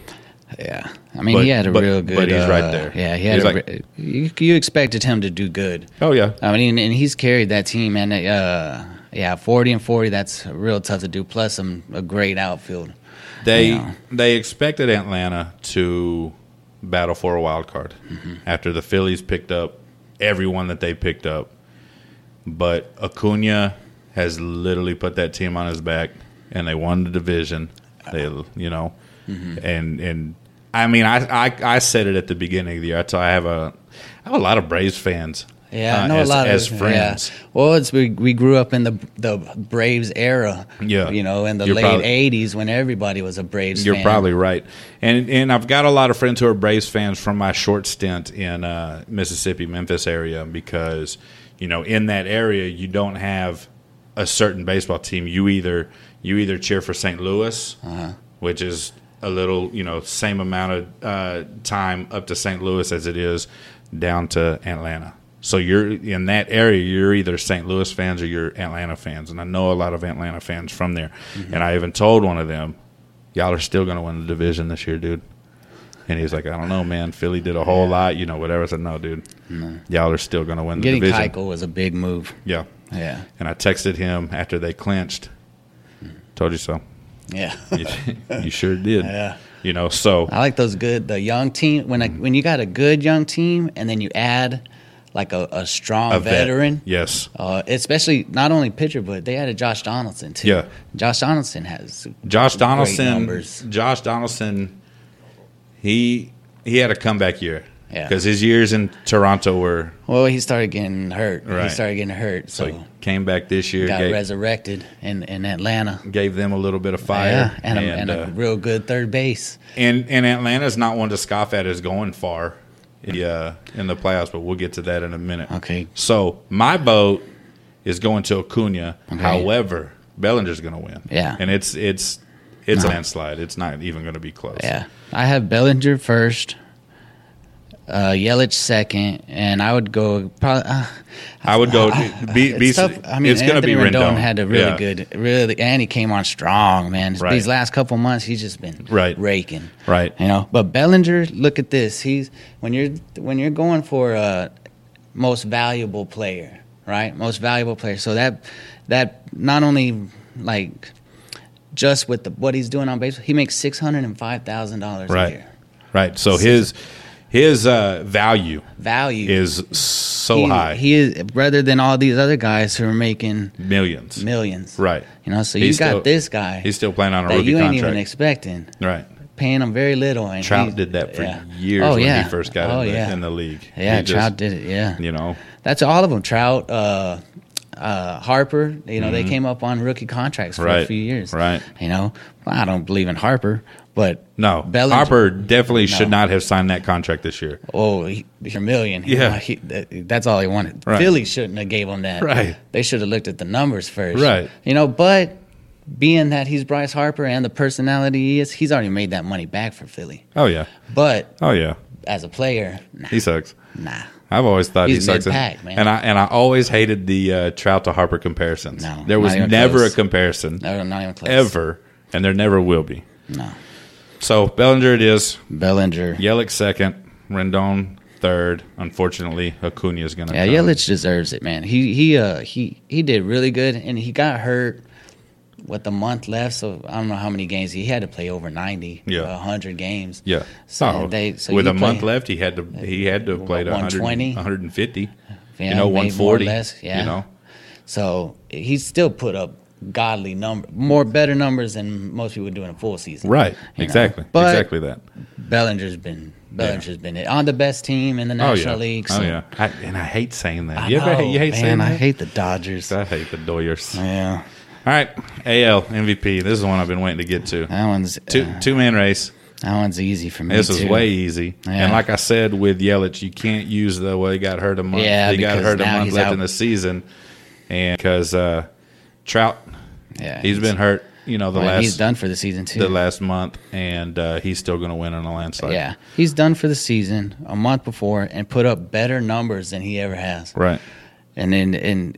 Speaker 2: Yeah, I mean,
Speaker 1: But-
Speaker 2: he had a
Speaker 1: but-
Speaker 2: real good.
Speaker 1: but he's right
Speaker 2: uh,
Speaker 1: there.
Speaker 2: Yeah, he had.
Speaker 1: He's
Speaker 2: a
Speaker 1: like-
Speaker 2: re- you, you expected him to do good.
Speaker 1: Oh, yeah.
Speaker 2: I mean, and he's carried that team, and uh, yeah, forty and forty. That's real tough to do. Plus, some a great outfield.
Speaker 1: They
Speaker 2: Yeah.
Speaker 1: they expected Atlanta to battle for a wild card
Speaker 2: Mm-hmm.
Speaker 1: after the Phillies picked up everyone that they picked up. But Acuna has literally put that team on his back, and they won the division. They, you know,
Speaker 2: Mm-hmm.
Speaker 1: and and I mean, I, I I said it at the beginning of the year. I, t- I have a I have a lot of Braves fans.
Speaker 2: Yeah,
Speaker 1: uh,
Speaker 2: I know
Speaker 1: as,
Speaker 2: a lot of
Speaker 1: as
Speaker 2: yeah.
Speaker 1: friends.
Speaker 2: Well, it's we we grew up in the the Braves era.
Speaker 1: Yeah.
Speaker 2: you know, in the
Speaker 1: You're
Speaker 2: late
Speaker 1: probably-
Speaker 2: '80s when everybody was a Braves.
Speaker 1: You're
Speaker 2: fan.
Speaker 1: probably right, and and I've got a lot of friends who are Braves fans from my short stint in uh, Mississippi, Memphis area because you know in that area you don't have a certain baseball team. You either you either cheer for St. Louis,
Speaker 2: Uh-huh.
Speaker 1: which is a little you know same amount of uh, time up to St. Louis as it is down to Atlanta. So you're in that area. You're either St. Louis fans or you're Atlanta fans, and I know a lot of Atlanta fans from there.
Speaker 2: Mm-hmm.
Speaker 1: And I even told one of them, y'all are still going to win the division this year, dude. And he's like, I don't know, man. Philly did a whole lot, you know, whatever. I said, no, dude. Y'all are still going to win the
Speaker 2: getting
Speaker 1: division.
Speaker 2: Keuchel was a big move.
Speaker 1: Yeah.
Speaker 2: Yeah,
Speaker 1: And I texted him after they clinched. Told you so.
Speaker 2: yeah.
Speaker 1: You, you sure did.
Speaker 2: Yeah.
Speaker 1: You know, so
Speaker 2: I like those good the young team when a,
Speaker 1: Mm-hmm.
Speaker 2: when you got a good young team and then you add like a, a strong
Speaker 1: a vet.
Speaker 2: veteran.
Speaker 1: Yes.
Speaker 2: Uh, especially not only pitcher, but they added Josh Donaldson too.
Speaker 1: Yeah.
Speaker 2: Josh Donaldson has
Speaker 1: Josh
Speaker 2: great
Speaker 1: Donaldson.
Speaker 2: numbers.
Speaker 1: Josh Donaldson. He he had a comeback year.
Speaker 2: Yeah.
Speaker 1: Because his years in Toronto were
Speaker 2: Well, he started getting hurt. He
Speaker 1: Right.
Speaker 2: started getting hurt, so
Speaker 1: like came back this year,
Speaker 2: Oh. got
Speaker 1: gave,
Speaker 2: resurrected in, in Atlanta.
Speaker 1: gave them a little bit of fire.
Speaker 2: Yeah, and, a, and
Speaker 1: uh,
Speaker 2: a real good third base.
Speaker 1: And and Atlanta's not one to scoff at as going far yeah, in the playoffs, but we'll get to that in a minute.
Speaker 2: Okay.
Speaker 1: So my vote is going to Acuna.
Speaker 2: Okay.
Speaker 1: However, Bellinger's going to win.
Speaker 2: Yeah.
Speaker 1: And it's it's it's a landslide. It's not even going to be close.
Speaker 2: Yeah, I have Bellinger first, uh, Yelich second, and I would go probably. Uh,
Speaker 1: I would go. be, be,
Speaker 2: it's tough. I mean,
Speaker 1: it's going to be
Speaker 2: Anthony
Speaker 1: Rendon.
Speaker 2: had a really
Speaker 1: Yeah.
Speaker 2: good, really, and he came on strong, man.
Speaker 1: Right.
Speaker 2: These last couple months, he's just been
Speaker 1: Right.
Speaker 2: raking,
Speaker 1: Right.
Speaker 2: You know, but Bellinger, look at this. He's when you're when you're going for uh, most valuable player, right? Most valuable player. So that that not only like just with the, what he's doing on base, he makes six hundred and five thousand dollars a
Speaker 1: Right.
Speaker 2: year.
Speaker 1: Right. So his his uh, value
Speaker 2: Value
Speaker 1: is so
Speaker 2: he,
Speaker 1: high,
Speaker 2: He is rather than all these other guys who are making
Speaker 1: millions.
Speaker 2: millions,
Speaker 1: Right.
Speaker 2: You know, so
Speaker 1: He's
Speaker 2: you got
Speaker 1: still-
Speaker 2: this guy.
Speaker 1: He's still playing on a
Speaker 2: that
Speaker 1: rookie
Speaker 2: you ain't
Speaker 1: contract.
Speaker 2: even expecting,
Speaker 1: right.
Speaker 2: paying him very little. And
Speaker 1: Trout
Speaker 2: he-
Speaker 1: did that for
Speaker 2: yeah.
Speaker 1: years
Speaker 2: Oh,
Speaker 1: when
Speaker 2: yeah.
Speaker 1: he first got
Speaker 2: Oh,
Speaker 1: in, the,
Speaker 2: yeah.
Speaker 1: in the league.
Speaker 2: Yeah,
Speaker 1: He just-
Speaker 2: Trout did it. Yeah,
Speaker 1: You know,
Speaker 2: that's all of them. Trout, uh, uh, Harper. You know, they came up on rookie contracts for a
Speaker 1: Mm-hmm. Right.
Speaker 2: few years.
Speaker 1: Right.
Speaker 2: You know, Well, I don't believe in Harper, but
Speaker 1: no,
Speaker 2: Bellinger-
Speaker 1: Harper definitely should
Speaker 2: No.
Speaker 1: not have signed that contract this year.
Speaker 2: Oh, he, he's a million. You
Speaker 1: Yeah.
Speaker 2: know, he, that, that's all he wanted.
Speaker 1: Right.
Speaker 2: Philly shouldn't have gave him that.
Speaker 1: Right.
Speaker 2: They should have looked at the numbers first.
Speaker 1: Right.
Speaker 2: You know, but being that he's Bryce Harper and the personality he is, he's already made that money back for Philly.
Speaker 1: Oh yeah,
Speaker 2: But
Speaker 1: oh yeah,
Speaker 2: as a player, nah,
Speaker 1: he sucks.
Speaker 2: nah.
Speaker 1: I've always thought
Speaker 2: He's
Speaker 1: he sucks,
Speaker 2: mid-pack, man.
Speaker 1: and I and I always hated the uh, Trout to Harper comparisons.
Speaker 2: No,
Speaker 1: there
Speaker 2: not
Speaker 1: was
Speaker 2: even
Speaker 1: never
Speaker 2: close.
Speaker 1: a comparison
Speaker 2: No, not even close.
Speaker 1: ever, and there never will be.
Speaker 2: No.
Speaker 1: So Bellinger it is.
Speaker 2: Bellinger.
Speaker 1: Yelich second, Rendon third. Unfortunately, Acuna is going to.
Speaker 2: Yeah, Yelich deserves it, man. He he uh he he did really good, and he got hurt with a month left, so I don't know how many games he had to play over ninety,
Speaker 1: Yeah.
Speaker 2: hundred games,
Speaker 1: Yeah.
Speaker 2: So
Speaker 1: Oh,
Speaker 2: they so
Speaker 1: with
Speaker 2: you
Speaker 1: a month
Speaker 2: play-
Speaker 1: left, he had to he had to have played 120,
Speaker 2: 120?
Speaker 1: 150. you know,
Speaker 2: maybe more or
Speaker 1: 140.
Speaker 2: less, yeah.
Speaker 1: You know,
Speaker 2: So he still put up godly number, more better numbers than most people do in a full season.
Speaker 1: right?
Speaker 2: you know.
Speaker 1: Exactly.
Speaker 2: But
Speaker 1: exactly that. Oh,
Speaker 2: Bellinger's been Bellinger's been it on the best team in the
Speaker 1: Oh
Speaker 2: National
Speaker 1: yeah.
Speaker 2: League.
Speaker 1: oh
Speaker 2: so-
Speaker 1: yeah. I, and I hate saying that.
Speaker 2: I
Speaker 1: you ever
Speaker 2: know,
Speaker 1: hate, you hate
Speaker 2: man,
Speaker 1: saying
Speaker 2: I
Speaker 1: that?
Speaker 2: hate the Dodgers.
Speaker 1: I hate the Doyers. All
Speaker 2: yeah,
Speaker 1: right, AL MVP. This is the one I've been waiting to get to.
Speaker 2: that one's
Speaker 1: Two
Speaker 2: uh,
Speaker 1: two man race.
Speaker 2: that one's easy for me.
Speaker 1: This is
Speaker 2: too.
Speaker 1: way easy.
Speaker 2: Yeah.
Speaker 1: And like I said with Yelich, you can't use the well, he got hurt a month.
Speaker 2: Yeah,
Speaker 1: he got
Speaker 2: because
Speaker 1: hurt a
Speaker 2: now
Speaker 1: month
Speaker 2: he's
Speaker 1: left
Speaker 2: out.
Speaker 1: in the season. And because uh, Trout,
Speaker 2: Yeah,
Speaker 1: he's been hurt, you know, the
Speaker 2: well,
Speaker 1: last
Speaker 2: he's done for the season too.
Speaker 1: the last month, and uh, he's still going to win on a landslide.
Speaker 2: yeah, he's done for the season a month before and put up better numbers than he ever has.
Speaker 1: Right.
Speaker 2: and then and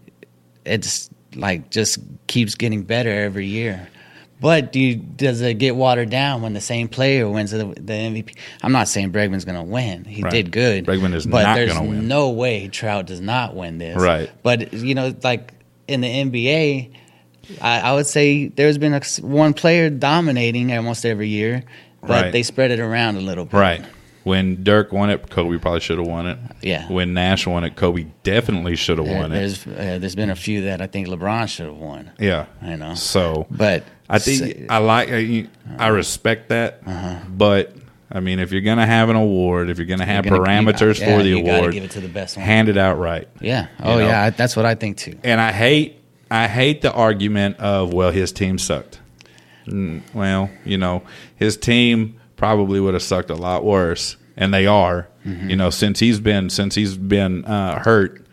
Speaker 2: it's like just keeps getting better every year. But do you, does it get watered down when the same player wins the, the MVP? I'm not saying Bregman's going to win. He
Speaker 1: Right.
Speaker 2: did good.
Speaker 1: Bregman is
Speaker 2: but
Speaker 1: not
Speaker 2: there's
Speaker 1: gonna win.
Speaker 2: No way Trout does not win this.
Speaker 1: Right.
Speaker 2: But you know, like in the NBA, I, I would say there's been a s one player dominating almost every year, but
Speaker 1: Right.
Speaker 2: they spread it around a little bit.
Speaker 1: Right. When Dirk won it, Kobe probably should have won it.
Speaker 2: Yeah.
Speaker 1: When Nash won it, Kobe definitely should have
Speaker 2: Uh,
Speaker 1: won it.
Speaker 2: there's uh, there's been a few that I think LeBron should have won.
Speaker 1: Yeah.
Speaker 2: I know. Uh-huh.
Speaker 1: So
Speaker 2: But
Speaker 1: I think I like I, I respect that,
Speaker 2: Uh-huh.
Speaker 1: but I mean, if you're gonna have an award, if you're gonna have
Speaker 2: gonna-
Speaker 1: parameters
Speaker 2: yeah,
Speaker 1: for the
Speaker 2: you gotta
Speaker 1: award,
Speaker 2: give it to the best one.
Speaker 1: Hand it out right.
Speaker 2: Yeah. Oh
Speaker 1: know?
Speaker 2: yeah, I, that's what I think too.
Speaker 1: And I hate I hate the argument of well, his team sucked. Mm, Well, you know, his team probably would have sucked a lot worse, and they are. You know, since he's been since he's been uh, hurt.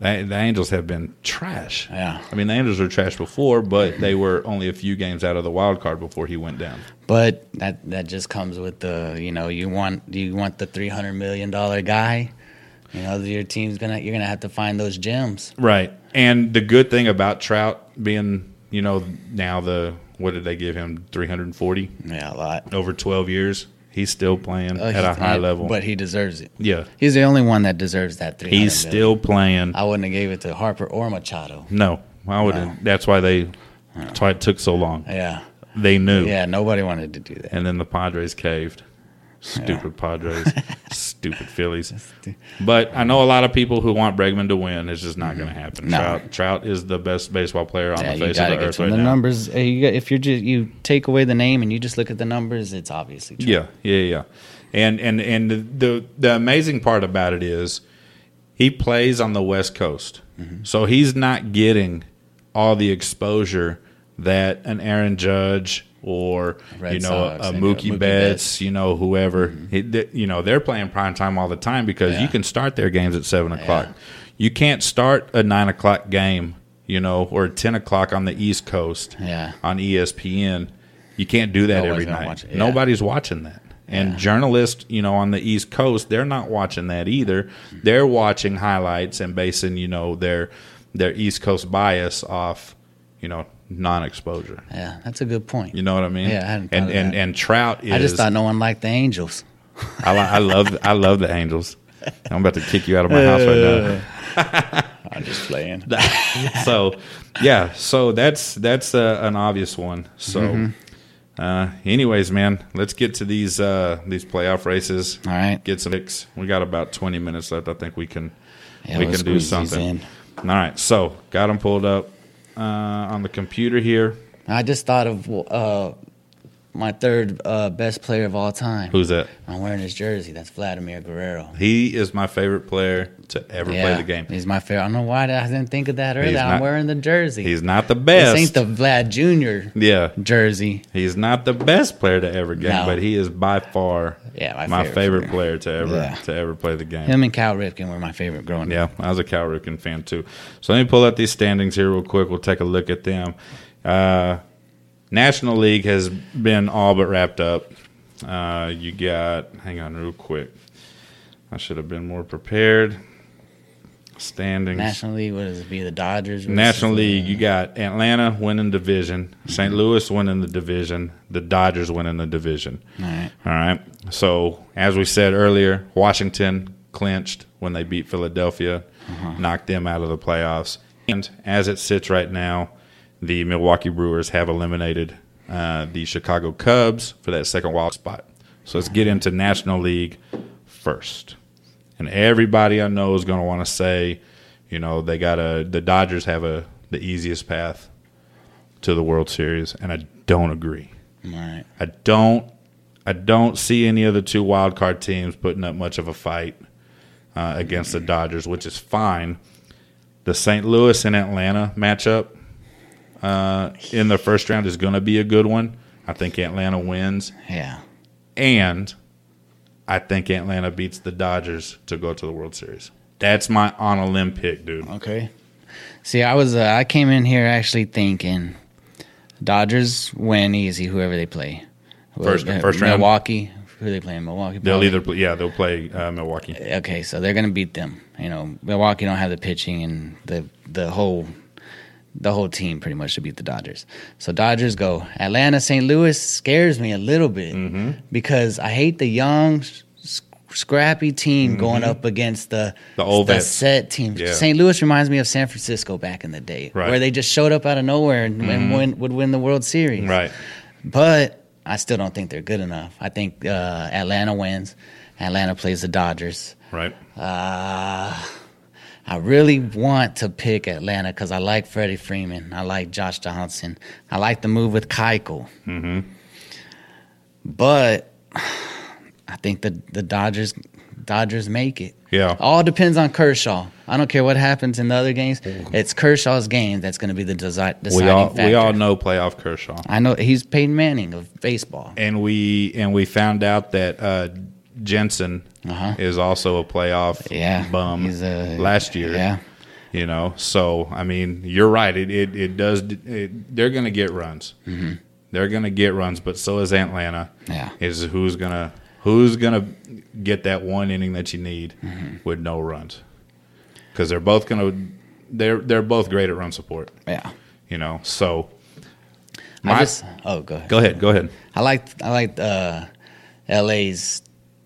Speaker 1: The the Angels have been trash.
Speaker 2: Yeah.
Speaker 1: I mean, the Angels were trash before, but they were only a few games out of the wild card before he went down.
Speaker 2: But that that just comes with the you know you want you want the three hundred million dollar guy. You know your team's gonna you're gonna have to find those gems.
Speaker 1: Right. And the good thing about Trout being, you know, now the what did they give him? Three hundred and forty
Speaker 2: Yeah, a lot
Speaker 1: over twelve years. He's still playing
Speaker 2: Uh,
Speaker 1: at a
Speaker 2: he's-
Speaker 1: high
Speaker 2: I-
Speaker 1: level.
Speaker 2: But he deserves it.
Speaker 1: yeah.
Speaker 2: He's the only one that deserves that three.
Speaker 1: He's still playing.
Speaker 2: I wouldn't have gave it to Harper or Machado.
Speaker 1: No. I wouldn't that's why they that's why it took so long.
Speaker 2: Yeah.
Speaker 1: They knew.
Speaker 2: Yeah. Nobody wanted to do that.
Speaker 1: And then the Padres caved. Stupid Padres. Stupid Phillies. But I know a lot of people who want Bregman to win. It's just not gonna happen.
Speaker 2: Mm-hmm. No.
Speaker 1: Trout Trout is the best baseball player on
Speaker 2: Yeah,
Speaker 1: the
Speaker 2: you
Speaker 1: face of
Speaker 2: gotta
Speaker 1: the
Speaker 2: get
Speaker 1: earth
Speaker 2: to
Speaker 1: right
Speaker 2: the
Speaker 1: now.
Speaker 2: numbers. Uh, you got- if you're just you take away the name and you just look at the numbers, it's obviously true.
Speaker 1: Yeah, yeah, yeah. And and and the the, the amazing part about it is he plays on the West Coast,
Speaker 2: Mm-hmm.
Speaker 1: so he's not getting all the exposure that an Aaron Judge or
Speaker 2: Red
Speaker 1: you know
Speaker 2: Sox
Speaker 1: a
Speaker 2: and, uh,
Speaker 1: Mookie,
Speaker 2: Mookie
Speaker 1: Betts,
Speaker 2: Betts. Mm-hmm.
Speaker 1: you know whoever, He- th- you know they're playing prime time all the time because
Speaker 2: Yeah.
Speaker 1: you can start their games at seven o'clock. You can't start a nine o'clock game, you know, or ten o'clock on the East Coast
Speaker 2: Yeah.
Speaker 1: on E ESPN. You can't do that
Speaker 2: Nobody's
Speaker 1: every
Speaker 2: gonna
Speaker 1: night.
Speaker 2: watch it, yeah.
Speaker 1: Nobody's watching that. And journalists, you know, on the East Coast, they're not watching that either. They're watching highlights and basing, you know, their their East Coast bias off, you know, non-exposure.
Speaker 2: Yeah, that's a good point.
Speaker 1: You know what I mean?
Speaker 2: Yeah, I hadn't thought
Speaker 1: and
Speaker 2: of
Speaker 1: and
Speaker 2: that.
Speaker 1: and Trout is.
Speaker 2: I just thought no one liked the Angels.
Speaker 1: I, li- I love I love the Angels. I'm about to kick you out of my house right now.
Speaker 2: I'm just playing.
Speaker 1: so yeah so that's that's uh, an obvious one so
Speaker 2: Mm-hmm.
Speaker 1: uh anyways man let's get to these uh these playoff races
Speaker 2: All right.
Speaker 1: get some picks we got about 20 minutes left i think we can
Speaker 2: Yeah,
Speaker 1: we
Speaker 2: we'll
Speaker 1: can do
Speaker 2: squeeze these
Speaker 1: something
Speaker 2: in.
Speaker 1: all right so got them pulled up uh on the computer here
Speaker 2: I just thought of uh, my third uh, best player of all time.
Speaker 1: who's that
Speaker 2: I'm wearing his jersey. That's Vladimir Guerrero.
Speaker 1: he is my favorite player to ever play the game
Speaker 2: He's my favorite. I don't know why I didn't think of that earlier.
Speaker 1: not-
Speaker 2: I'm wearing the jersey.
Speaker 1: he's not the
Speaker 2: this
Speaker 1: best
Speaker 2: ain't the Vlad Jr.
Speaker 1: yeah
Speaker 2: jersey.
Speaker 1: He's not the best player to ever game,
Speaker 2: No.
Speaker 1: but he is by far
Speaker 2: Yeah,
Speaker 1: my,
Speaker 2: my
Speaker 1: favorite,
Speaker 2: favorite
Speaker 1: player to ever
Speaker 2: Yeah.
Speaker 1: to ever play the game.
Speaker 2: Him and Cal Ripken were my favorite growing up.
Speaker 1: Yeah, I was a Cal Ripken fan too. So let me pull out these standings here real quick. We'll take a look at them. Uh, National League has been all but wrapped up. Uh, you got, hang on real quick. I should have been more prepared. Standings.
Speaker 2: National League, what does it be? The Dodgers? versus
Speaker 1: National
Speaker 2: the-
Speaker 1: League, you got Atlanta winning division, St. Louis winning the division, the Dodgers winning the division. All
Speaker 2: right.
Speaker 1: So, as we said earlier, Washington clinched when they beat Philadelphia, knocked them out of the playoffs. And as it sits right now, the Milwaukee Brewers have eliminated uh, the Chicago Cubs for that second wild spot. So, let's get into National League first. and everybody I know is going to want to say, you know, they got a the Dodgers have a the easiest path to the World Series, and I don't agree.
Speaker 2: All right.
Speaker 1: I don't I don't see any of the two wild card teams putting up much of a fight uh, against the Dodgers, which is fine. The St. Louis and Atlanta matchup uh, in the first round is going to be a good one. I think Atlanta wins,
Speaker 2: Yeah.
Speaker 1: and I think Atlanta beats the Dodgers to go to the World Series. That's my on a limb pick, dude.
Speaker 2: Okay. See, I was uh, I came in here actually thinking Dodgers win easy whoever they play.
Speaker 1: First-
Speaker 2: Uh,
Speaker 1: first round?
Speaker 2: Milwaukee. Who they play in Milwaukee?
Speaker 1: They'll
Speaker 2: Probably.
Speaker 1: either play, yeah they'll play uh, Milwaukee.
Speaker 2: okay, so they're gonna beat them. You know, Milwaukee don't have the pitching and the the whole the whole team pretty much to beat the Dodgers. So Dodgers go. Atlanta, St. Louis scares me a little bit
Speaker 1: Mm-hmm.
Speaker 2: because I hate the young, s- scrappy team going up against the
Speaker 1: Mm-hmm. The old vets.
Speaker 2: set team.
Speaker 1: Yeah.
Speaker 2: St. Louis reminds me of San Francisco back in the day,
Speaker 1: Right. Mm-hmm.
Speaker 2: where they just showed up out of nowhere and, and win, would win the World Series
Speaker 1: Right.
Speaker 2: but I still don't think they're good enough. I think uh, Atlanta wins. Atlanta plays the Dodgers.
Speaker 1: Right.
Speaker 2: Uh, I really want to pick Atlanta because I like Freddie Freeman. I like Josh Johnson. I like the move with Keuchel. Mm-hmm. But I think the the Dodgers Dodgers make it.
Speaker 1: Yeah.
Speaker 2: all depends on Kershaw. I don't care what happens in the other games. It's Kershaw's game that's going to be the desi- deciding
Speaker 1: Mm-hmm. We all
Speaker 2: factor.
Speaker 1: we all know playoff Kershaw.
Speaker 2: I know he's Peyton Manning of baseball.
Speaker 1: and we and we found out that uh, Jensen
Speaker 2: Uh-huh.
Speaker 1: is also a playoff
Speaker 2: Yeah,
Speaker 1: bum
Speaker 2: he's a-
Speaker 1: last year.
Speaker 2: yeah.
Speaker 1: you know. So I mean, you're right. It it, it does. It, they're going to get runs. Mm-hmm. They're going to get runs, but so is Atlanta.
Speaker 2: Yeah.
Speaker 1: is who's gonna who's gonna get that one inning that you need
Speaker 2: Mm-hmm.
Speaker 1: with no runs because they're both gonna they're they're both great at run support.
Speaker 2: Yeah.
Speaker 1: You know, so
Speaker 2: I
Speaker 1: my,
Speaker 2: just, oh, go ahead.
Speaker 1: go ahead, go ahead.
Speaker 2: I like I like uh, LA's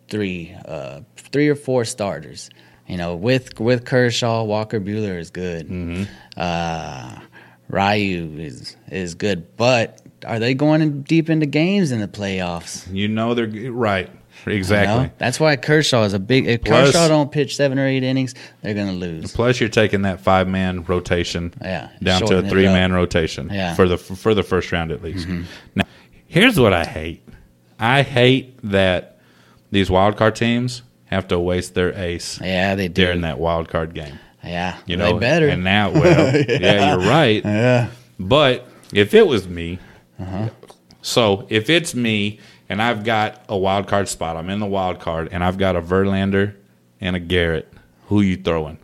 Speaker 2: three uh, three or four starters. You know, with with Kershaw, Walker Bueller is good.
Speaker 1: Mm-hmm.
Speaker 2: Uh, Ryu is is good, but are they going in deep into games in the playoffs?
Speaker 1: You know they're g- right.
Speaker 2: You know?
Speaker 1: Exactly.
Speaker 2: That's why Kershaw is a big. If
Speaker 1: Plus-
Speaker 2: Kershaw don't pitch seven or eight innings, they're gonna lose.
Speaker 1: Plus, you're taking that five man rotation
Speaker 2: Yeah,
Speaker 1: down to a
Speaker 2: shorten it
Speaker 1: three man
Speaker 2: up.
Speaker 1: rotation
Speaker 2: Yeah. Mm-hmm.
Speaker 1: for the for the first round at least. Now, here's what I hate. I hate that these wild card teams have to waste their ace
Speaker 2: Yeah, they do.
Speaker 1: during that wild card game.
Speaker 2: Yeah,
Speaker 1: You
Speaker 2: they
Speaker 1: know,
Speaker 2: better.
Speaker 1: And now, well, yeah. you're right. Yeah. But if it was me,
Speaker 2: Uh-huh.
Speaker 1: so if it's me and I've got a wild card spot, I'm in the wild card, and I've got a Verlander and a Garrett. Who you throwing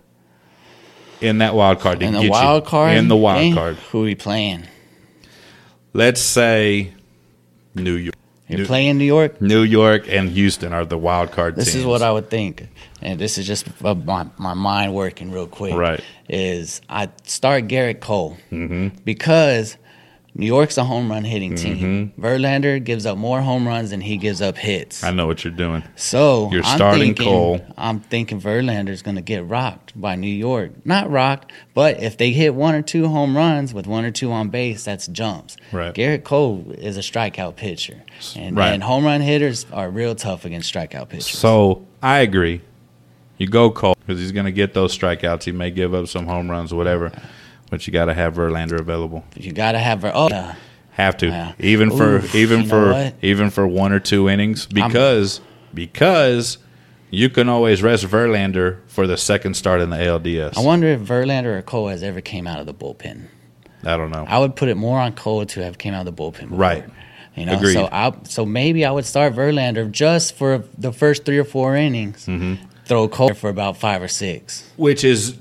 Speaker 1: in that wild card? to
Speaker 2: in the
Speaker 1: get
Speaker 2: wild
Speaker 1: you,
Speaker 2: card.
Speaker 1: In the wild
Speaker 2: game,
Speaker 1: card.
Speaker 2: Who we playing?
Speaker 1: Let's say New York.
Speaker 2: You're
Speaker 1: New-
Speaker 2: playing New York.
Speaker 1: New York and Houston are the wild card
Speaker 2: This
Speaker 1: teams.
Speaker 2: is what I would think, and this is just uh, my, my mind working real quick.
Speaker 1: Right. Mm-hmm.
Speaker 2: Is I start Garrett Cole because New York's a home run hitting team.
Speaker 1: Mm-hmm.
Speaker 2: Verlander gives up more home runs than he gives up hits.
Speaker 1: I know what you're doing.
Speaker 2: So
Speaker 1: You're
Speaker 2: I'm
Speaker 1: starting
Speaker 2: thinking,
Speaker 1: Cole.
Speaker 2: I'm thinking Verlander's going to get rocked by New York. Not rocked, but if they hit one or two home runs with one or two on base, that's jumps.
Speaker 1: Right.
Speaker 2: Garrett Cole is a strikeout pitcher, and,
Speaker 1: Right.
Speaker 2: and home run hitters are real tough against strikeout pitchers.
Speaker 1: So I agree. You go Cole because he's going to get those strikeouts. He may give up some home runs, whatever. But you got to have Verlander available.
Speaker 2: you got to have Ver- oh. yeah.
Speaker 1: Have to
Speaker 2: Yeah.
Speaker 1: even for
Speaker 2: Oof,
Speaker 1: even
Speaker 2: you know
Speaker 1: for
Speaker 2: what?
Speaker 1: even for one or two innings because because you can always rest Verlander for the second start in the ALDS.
Speaker 2: I
Speaker 1: I,
Speaker 2: wonder if Verlander or Cole has ever came out of the bullpen.
Speaker 1: don't know.
Speaker 2: I would put it more on Cole to have came out of the bullpen. before.
Speaker 1: Right.
Speaker 2: You know,
Speaker 1: Agreed.
Speaker 2: so I so maybe I would start Verlander just for the first three or four innings.
Speaker 1: Mm-hmm.
Speaker 2: Throw Cole for about five or six.
Speaker 1: Which is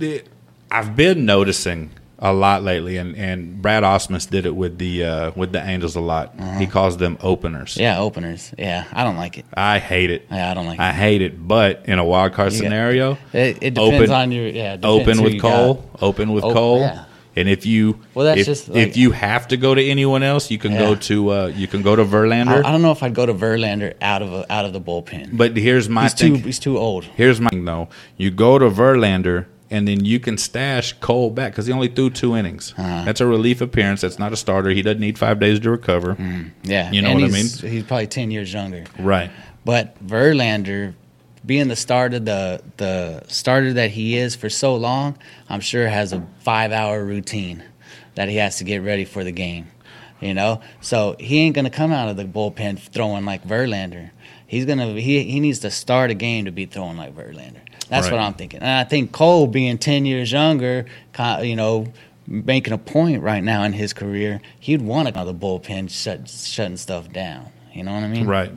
Speaker 1: I've been noticing a lot lately, and and Brad Osmus did it with the uh, with the Angels a lot.
Speaker 2: Uh-huh.
Speaker 1: He calls them openers.
Speaker 2: Yeah, openers. Yeah, I don't like it.
Speaker 1: I hate it.
Speaker 2: Yeah, I don't like
Speaker 1: I hate it, but in a wild card
Speaker 2: You got-
Speaker 1: scenario,
Speaker 2: it. It, it depends
Speaker 1: open-
Speaker 2: on your yeah. it depends
Speaker 1: open
Speaker 2: who
Speaker 1: with
Speaker 2: you got.
Speaker 1: Cole, open with
Speaker 2: Oh,
Speaker 1: Cole,
Speaker 2: yeah.
Speaker 1: and if you
Speaker 2: Well, that's
Speaker 1: if,
Speaker 2: just like-
Speaker 1: if you have to go to anyone else, you can
Speaker 2: Yeah.
Speaker 1: go to uh, you can go to
Speaker 2: I,
Speaker 1: Verlander.
Speaker 2: I don't know if I'd go to Verlander out of a, out of the bullpen.
Speaker 1: but here's my
Speaker 2: he's too
Speaker 1: thing.
Speaker 2: he's too old.
Speaker 1: here's my thing, though. You go to Verlander, and then you can stash Cole back because he only threw two innings.
Speaker 2: Uh-huh.
Speaker 1: That's a relief appearance. That's not a starter. He doesn't need five days to recover.
Speaker 2: Yeah,
Speaker 1: You know
Speaker 2: and
Speaker 1: what I
Speaker 2: he's- He's probably ten years younger.
Speaker 1: Right.
Speaker 2: But Verlander being the starter, the the starter that he is for so long, I'm sure has a five hour routine that he has to get ready for the game. You know, so he ain't gonna come out of the bullpen throwing like Verlander. He's gonna he he needs to start a game to be throwing like Verlander. That's what
Speaker 1: Right.
Speaker 2: I'm thinking, and I think Cole being ten years younger, ki- you know, making a point right now in his career, he'd want to go out of the bullpen shut, shutting stuff down. You know what I mean?
Speaker 1: Right.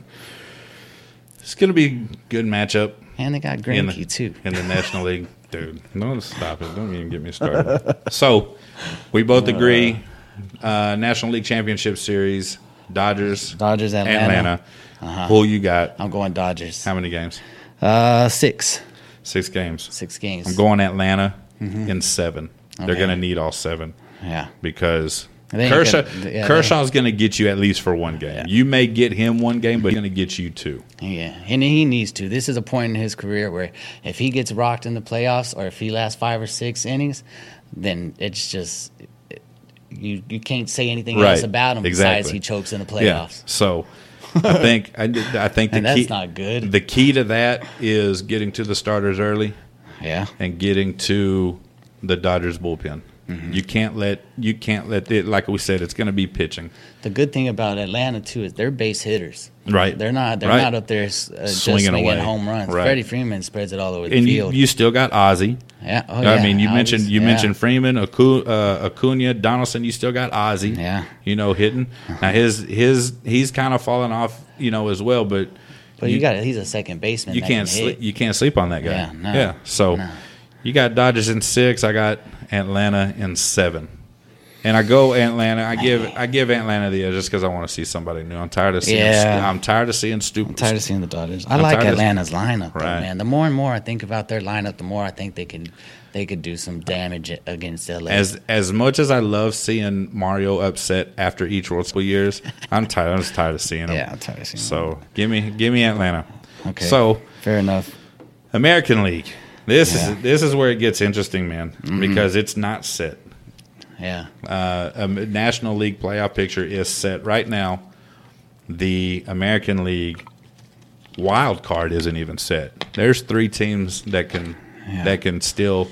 Speaker 1: It's gonna be good matchup
Speaker 2: And they got
Speaker 1: in
Speaker 2: Grinky
Speaker 1: the
Speaker 2: too.
Speaker 1: in the National League, dude. No, stop it. Don't even get me started. so, we both agree. Uh, National League Championship Series, Dodgers,
Speaker 2: Dodgers, Atlanta. Uh-huh.
Speaker 1: Atlanta. Who you got?
Speaker 2: I'm going Dodgers.
Speaker 1: How many games?
Speaker 2: Uh, six,
Speaker 1: Six games.
Speaker 2: six games.
Speaker 1: I'm going Atlanta in seven. They're
Speaker 2: Mm-hmm. Okay.
Speaker 1: gonna need all seven.
Speaker 2: Yeah,
Speaker 1: because
Speaker 2: They ain't
Speaker 1: Kershaw,
Speaker 2: gonna- yeah, they-
Speaker 1: Kershaw's going to get you at least for one game. You may get him one game, but he's going to get you two.
Speaker 2: yeah, and he needs to. This is a point in his career where if he gets rocked in the playoffs, or if he lasts five or six innings, then it's just it- you you can't say anything else
Speaker 1: Right.
Speaker 2: about him besides
Speaker 1: Exactly.
Speaker 2: he chokes in the
Speaker 1: Yeah.
Speaker 2: playoffs.
Speaker 1: So I think I, did- I think the
Speaker 2: And that's
Speaker 1: key,
Speaker 2: not good.
Speaker 1: The key to that is getting to the starters early
Speaker 2: Yeah,
Speaker 1: and getting to the Dodgers bullpen.
Speaker 2: Mm-hmm.
Speaker 1: You can't let you can't let it like we said. It's going to be pitching.
Speaker 2: the good thing about Atlanta too is they're base hitters.
Speaker 1: Right.
Speaker 2: They're not. They're
Speaker 1: Right.
Speaker 2: not up there uh,
Speaker 1: Swinging
Speaker 2: just swinging
Speaker 1: away.
Speaker 2: home runs.
Speaker 1: Right.
Speaker 2: Freddie Freeman spreads it all over the
Speaker 1: And you,
Speaker 2: field.
Speaker 1: you still got Ozzy.
Speaker 2: yeah.
Speaker 1: I
Speaker 2: Oh, yeah.
Speaker 1: mean, you
Speaker 2: Albies,
Speaker 1: mentioned you
Speaker 2: yeah.
Speaker 1: mentioned Freeman, Acu- uh, Acuna, Donaldson. You still got Ozzy.
Speaker 2: Yeah.
Speaker 1: you know, hitting now. His his he's kind of falling off, you know, as well. But
Speaker 2: But you got he's a second baseman.
Speaker 1: you
Speaker 2: that
Speaker 1: can't
Speaker 2: can
Speaker 1: sleep,
Speaker 2: hit.
Speaker 1: you can't sleep on that guy.
Speaker 2: Yeah, no,
Speaker 1: So
Speaker 2: no.
Speaker 1: you got Dodgers in six. I got Atlanta in seven. And I go Atlanta. I give I give Atlanta the edge just because I want to see somebody new. I'm tired of seeing.
Speaker 2: Yeah.
Speaker 1: I'm tired of seeing stupid.
Speaker 2: tired of seeing the Dodgers. I
Speaker 1: I'm
Speaker 2: like
Speaker 1: tired of-
Speaker 2: Atlanta's lineup, though,
Speaker 1: Right.
Speaker 2: man. The more and more I think about their lineup, the more I think they can they could do some damage against LA.
Speaker 1: As as much as I love seeing Mario upset after each World Series years, I'm tired. I'm just tired of seeing him.
Speaker 2: yeah, I'm tired of seeing.
Speaker 1: So give me give me Atlanta.
Speaker 2: them. okay,
Speaker 1: So
Speaker 2: fair enough.
Speaker 1: American League. This
Speaker 2: Yeah. Mm-hmm.
Speaker 1: is this is where it gets interesting, man, because it's not set.
Speaker 2: Yeah,
Speaker 1: Uh, a National League playoff picture is set right now. The American League wild card isn't even set. There's three teams that can
Speaker 2: Yeah.
Speaker 1: that can still,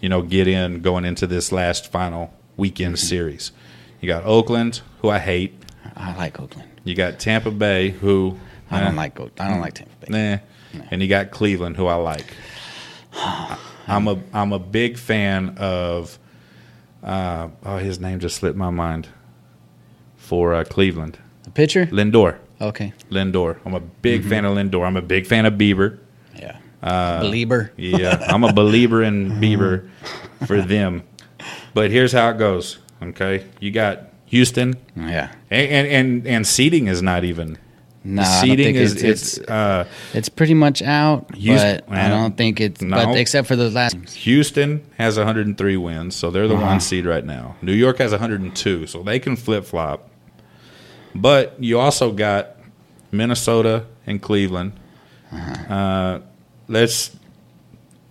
Speaker 1: you know, get in going into this last final weekend series. You got Oakland, who I hate.
Speaker 2: I like Oakland.
Speaker 1: You got Tampa Bay, who
Speaker 2: I don't
Speaker 1: eh,
Speaker 2: like Oak- I don't like Tampa Bay.
Speaker 1: Nah. And you got Cleveland, who I like. I- I'm a I'm a big fan of. Uh, oh, his name just slipped my mind. For uh, Cleveland,
Speaker 2: The pitcher?
Speaker 1: Lindor,
Speaker 2: Okay.
Speaker 1: Lindor. I'm a big
Speaker 2: Mm-hmm.
Speaker 1: fan of Lindor. I'm a big fan of Bieber.
Speaker 2: Yeah. Uh, Belieber.
Speaker 1: Yeah, I'm a believer in Bieber for them. But here's how it goes. Okay, you got Houston,
Speaker 2: Yeah.
Speaker 1: and and and, and seating is not even.
Speaker 2: No,
Speaker 1: seating
Speaker 2: I don't
Speaker 1: is
Speaker 2: think it's,
Speaker 1: it's,
Speaker 2: it's
Speaker 1: uh,
Speaker 2: it's pretty much out,
Speaker 1: You-
Speaker 2: but I
Speaker 1: well,
Speaker 2: don't think it's
Speaker 1: no.
Speaker 2: but except for those last
Speaker 1: Houston has 103 wins, so they're the one seed right now. New York has 102, so they can flip flop. But you also got Minnesota and Cleveland.
Speaker 2: Uh-huh.
Speaker 1: Uh, let's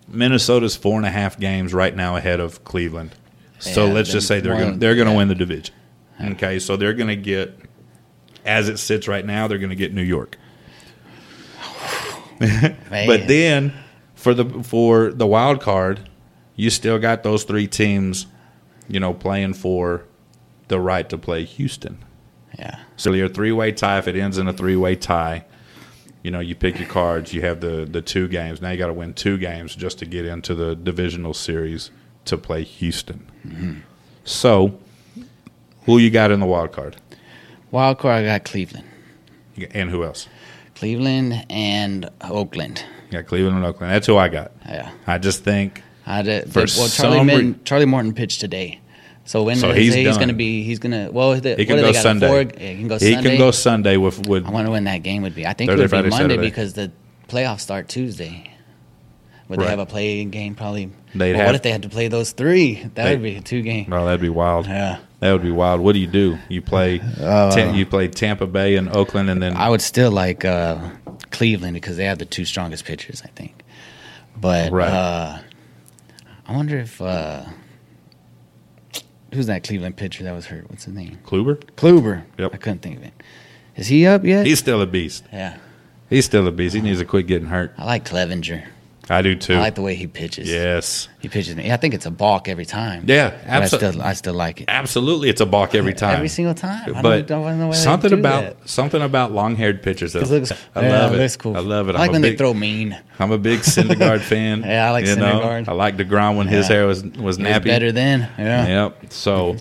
Speaker 1: Minnesota's four and a half games right now ahead of Cleveland. So
Speaker 2: Yeah,
Speaker 1: let's just
Speaker 2: then
Speaker 1: say they're
Speaker 2: one-
Speaker 1: gonna, they're going to
Speaker 2: yeah.
Speaker 1: win the division. Okay, so they're going to get as it sits right now, they're going to get New York. But then for the for the wild card, you still got those three teams, you know, playing for the right to play Houston.
Speaker 2: Yeah.
Speaker 1: So your three way tie, if it ends in a three way tie, you know, you pick your cards, you have the the two games. Now you gotta win two games just to get into the divisional series to play Houston. So who you got in the wild card?
Speaker 2: Wild card I got Cleveland.
Speaker 1: And who else?
Speaker 2: Cleveland and Oakland.
Speaker 1: You got Cleveland and Oakland. That's who I got.
Speaker 2: Yeah.
Speaker 1: I just think
Speaker 2: I did,
Speaker 1: For
Speaker 2: well, Charlie,
Speaker 1: some re-
Speaker 2: Min, Charlie Morton pitched today, so when
Speaker 1: So
Speaker 2: they
Speaker 1: he's
Speaker 2: say he's
Speaker 1: done.
Speaker 2: going to be, he's going to. Well, the,
Speaker 1: he
Speaker 2: what
Speaker 1: can
Speaker 2: do
Speaker 1: go
Speaker 2: they got,
Speaker 1: Sunday.
Speaker 2: Four, yeah, he can go
Speaker 1: he
Speaker 2: Sunday.
Speaker 1: can go Sunday with with
Speaker 2: I wonder when that game would be. I think
Speaker 1: Thursday,
Speaker 2: it would
Speaker 1: Friday,
Speaker 2: be Monday
Speaker 1: Saturday.
Speaker 2: because the playoffs start Tuesday. Would
Speaker 1: Right.
Speaker 2: they have a play game? Probably.
Speaker 1: They'd
Speaker 2: Well,
Speaker 1: have-
Speaker 2: what if they had to play those three? That
Speaker 1: They-
Speaker 2: would be a two game.
Speaker 1: No, that'd be wild.
Speaker 2: Yeah. Uh,
Speaker 1: that would be wild. What do you do? You play, Ta- you play Tampa Bay and Oakland, and then
Speaker 2: I would still like uh, Cleveland because they have the two strongest pitchers, I think. But
Speaker 1: Right.
Speaker 2: uh, I wonder if uh, who's that Cleveland pitcher that was hurt? What's his name?
Speaker 1: Kluber.
Speaker 2: Kluber.
Speaker 1: Yep.
Speaker 2: I couldn't think of it. Is he up yet?
Speaker 1: He's still a beast.
Speaker 2: yeah.
Speaker 1: He's still a beast. He needs to quit getting hurt.
Speaker 2: I like Clevenger.
Speaker 1: I do too.
Speaker 2: I like the way he pitches.
Speaker 1: yes.
Speaker 2: He pitches me. I think it's a balk every time.
Speaker 1: Yeah,
Speaker 2: But I
Speaker 1: abso-
Speaker 2: still, I still like it.
Speaker 1: Absolutely, it's a balk every time.
Speaker 2: Every single time. I
Speaker 1: but
Speaker 2: don't, don't know why they
Speaker 1: something
Speaker 2: do
Speaker 1: about
Speaker 2: that.
Speaker 1: something about long-haired pitchers. That,
Speaker 2: It looks,
Speaker 1: I
Speaker 2: yeah,
Speaker 1: love it.
Speaker 2: looks cool.
Speaker 1: I love it.
Speaker 2: I
Speaker 1: I'm
Speaker 2: like
Speaker 1: a
Speaker 2: when
Speaker 1: big-
Speaker 2: they throw mean.
Speaker 1: I'm a big Syndergaard fan.
Speaker 2: Yeah, I like
Speaker 1: you know?
Speaker 2: Syndergaard.
Speaker 1: I like Degrom when his
Speaker 2: Yeah.
Speaker 1: hair was was
Speaker 2: It's
Speaker 1: nappy.
Speaker 2: better than. Yeah.
Speaker 1: Yep. So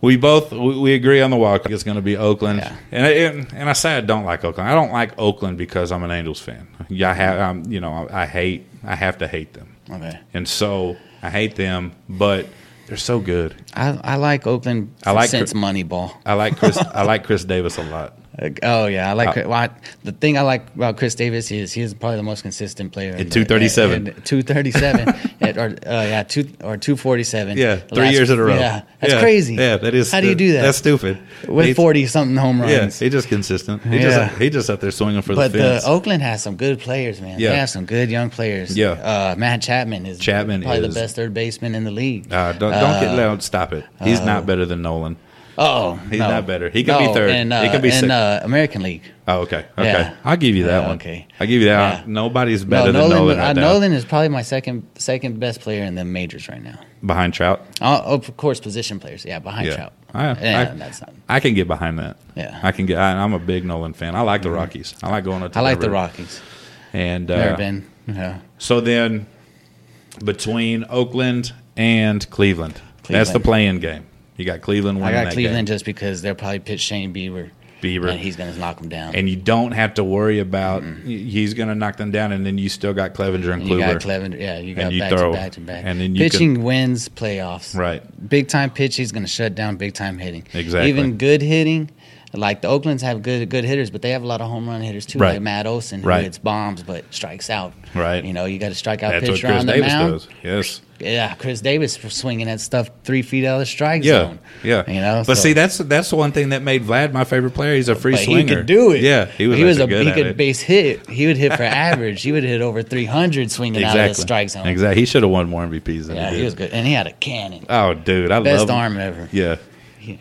Speaker 1: we both we, we agree on the wild card. It's going to be Oakland,
Speaker 2: Yeah.
Speaker 1: and, I- and and I say I don't like Oakland. I don't like Oakland because I'm an Angels fan. Yeah, I have. I'm, you know, I, I hate. I have to hate them,
Speaker 2: Okay.
Speaker 1: and so I hate them. But they're so good.
Speaker 2: I, I like Oakland
Speaker 1: I like
Speaker 2: since
Speaker 1: Cr-
Speaker 2: Moneyball.
Speaker 1: I like Chris. I like Chris Davis a lot.
Speaker 2: Like, oh yeah, I like
Speaker 1: Uh,
Speaker 2: well, I, the thing I like about Chris Davis is he is probably the most consistent player.
Speaker 1: At 237.
Speaker 2: two thirty seven, or uh, yeah, two or two forty seven.
Speaker 1: Yeah, three years in a row.
Speaker 2: Yeah, that's
Speaker 1: Yeah.
Speaker 2: crazy.
Speaker 1: Yeah, that is.
Speaker 2: How do you do that?
Speaker 1: That's stupid.
Speaker 2: with
Speaker 1: He's-
Speaker 2: forty something home runs.
Speaker 1: Yeah, he just consistent. He
Speaker 2: Yeah.
Speaker 1: just he just out there swinging for
Speaker 2: but
Speaker 1: the fence.
Speaker 2: the Oakland has some good players, man.
Speaker 1: Yeah.
Speaker 2: They have some good young players.
Speaker 1: Yeah.
Speaker 2: uh, Matt Chapman is
Speaker 1: Chapman
Speaker 2: probably
Speaker 1: is-
Speaker 2: the best third baseman in the league.
Speaker 1: Uh, don't don't get loud. Stop it. He's
Speaker 2: uh,
Speaker 1: not better than Nolan.
Speaker 2: oh,
Speaker 1: He's
Speaker 2: no.
Speaker 1: not better. He could be third.
Speaker 2: And, uh,
Speaker 1: He could be
Speaker 2: in,
Speaker 1: sixth.
Speaker 2: uh, American League.
Speaker 1: Oh, okay. Okay.
Speaker 2: Yeah.
Speaker 1: I'll give you that
Speaker 2: Yeah,
Speaker 1: one.
Speaker 2: okay.
Speaker 1: I'll give you that.
Speaker 2: Yeah.
Speaker 1: one. Nobody's better
Speaker 2: no,
Speaker 1: than Nolan.
Speaker 2: Nolan,
Speaker 1: right
Speaker 2: uh,
Speaker 1: now.
Speaker 2: Nolan is probably my second second best player in the majors right now.
Speaker 1: behind Trout.
Speaker 2: Oh, oh, of course, position players. Yeah, behind
Speaker 1: Yeah.
Speaker 2: Trout.
Speaker 1: I,
Speaker 2: yeah,
Speaker 1: I,
Speaker 2: that's not.
Speaker 1: I can get behind that.
Speaker 2: Yeah. Mm-hmm.
Speaker 1: I can get. I, I'm a big Nolan fan. I like the Rockies. I like going up. To
Speaker 2: I like the
Speaker 1: their room.
Speaker 2: Rockies.
Speaker 1: And uh,
Speaker 2: Never been. Yeah.
Speaker 1: so then between Oakland and Cleveland, that's the
Speaker 2: Cleveland.
Speaker 1: play-in game. You got Cleveland
Speaker 2: I
Speaker 1: winning
Speaker 2: got
Speaker 1: that
Speaker 2: Cleveland
Speaker 1: game,
Speaker 2: just because they'll probably pitch Shane Bieber.
Speaker 1: Bieber.
Speaker 2: and he's gonna knock him down.
Speaker 1: and you don't have to worry about y- he's going to knock them down, and then you still got Clevenger and
Speaker 2: you got
Speaker 1: Kluber.
Speaker 2: Clevenger. Yeah, you got
Speaker 1: you
Speaker 2: back
Speaker 1: throw.
Speaker 2: to back to back.
Speaker 1: And then you
Speaker 2: pitching wins playoffs.
Speaker 1: Right.
Speaker 2: Big time pitch. He's gonna shut down big time hitting.
Speaker 1: Exactly.
Speaker 2: Even good hitting. Like the Oaklands have good good hitters, but they have a lot of home run hitters too,
Speaker 1: Right.
Speaker 2: like Matt Olson, who
Speaker 1: Right.
Speaker 2: hits bombs but strikes out.
Speaker 1: Right.
Speaker 2: You know, you got to strike out
Speaker 1: That's what
Speaker 2: pitcher
Speaker 1: Chris
Speaker 2: on the
Speaker 1: Davis
Speaker 2: mound.
Speaker 1: does. Yes.
Speaker 2: Yeah, Chris Davis for swinging that stuff three feet out of the strike
Speaker 1: Yeah,
Speaker 2: zone.
Speaker 1: yeah.
Speaker 2: you know.
Speaker 1: but
Speaker 2: so-
Speaker 1: see, that's that's the one thing that made Vlad my favorite player. He's a free
Speaker 2: but
Speaker 1: swinger.
Speaker 2: he could do it.
Speaker 1: Yeah, he was, actually
Speaker 2: a
Speaker 1: good
Speaker 2: he
Speaker 1: at
Speaker 2: could
Speaker 1: it.
Speaker 2: base hit. He would hit for average. He would hit over three hundred swinging out of the strike zone.
Speaker 1: Exactly. He should have won more MVPs than he
Speaker 2: Yeah,
Speaker 1: did.
Speaker 2: he was good, and he had a cannon.
Speaker 1: Oh, dude, I
Speaker 2: Best
Speaker 1: love him.
Speaker 2: arm ever.
Speaker 1: Yeah,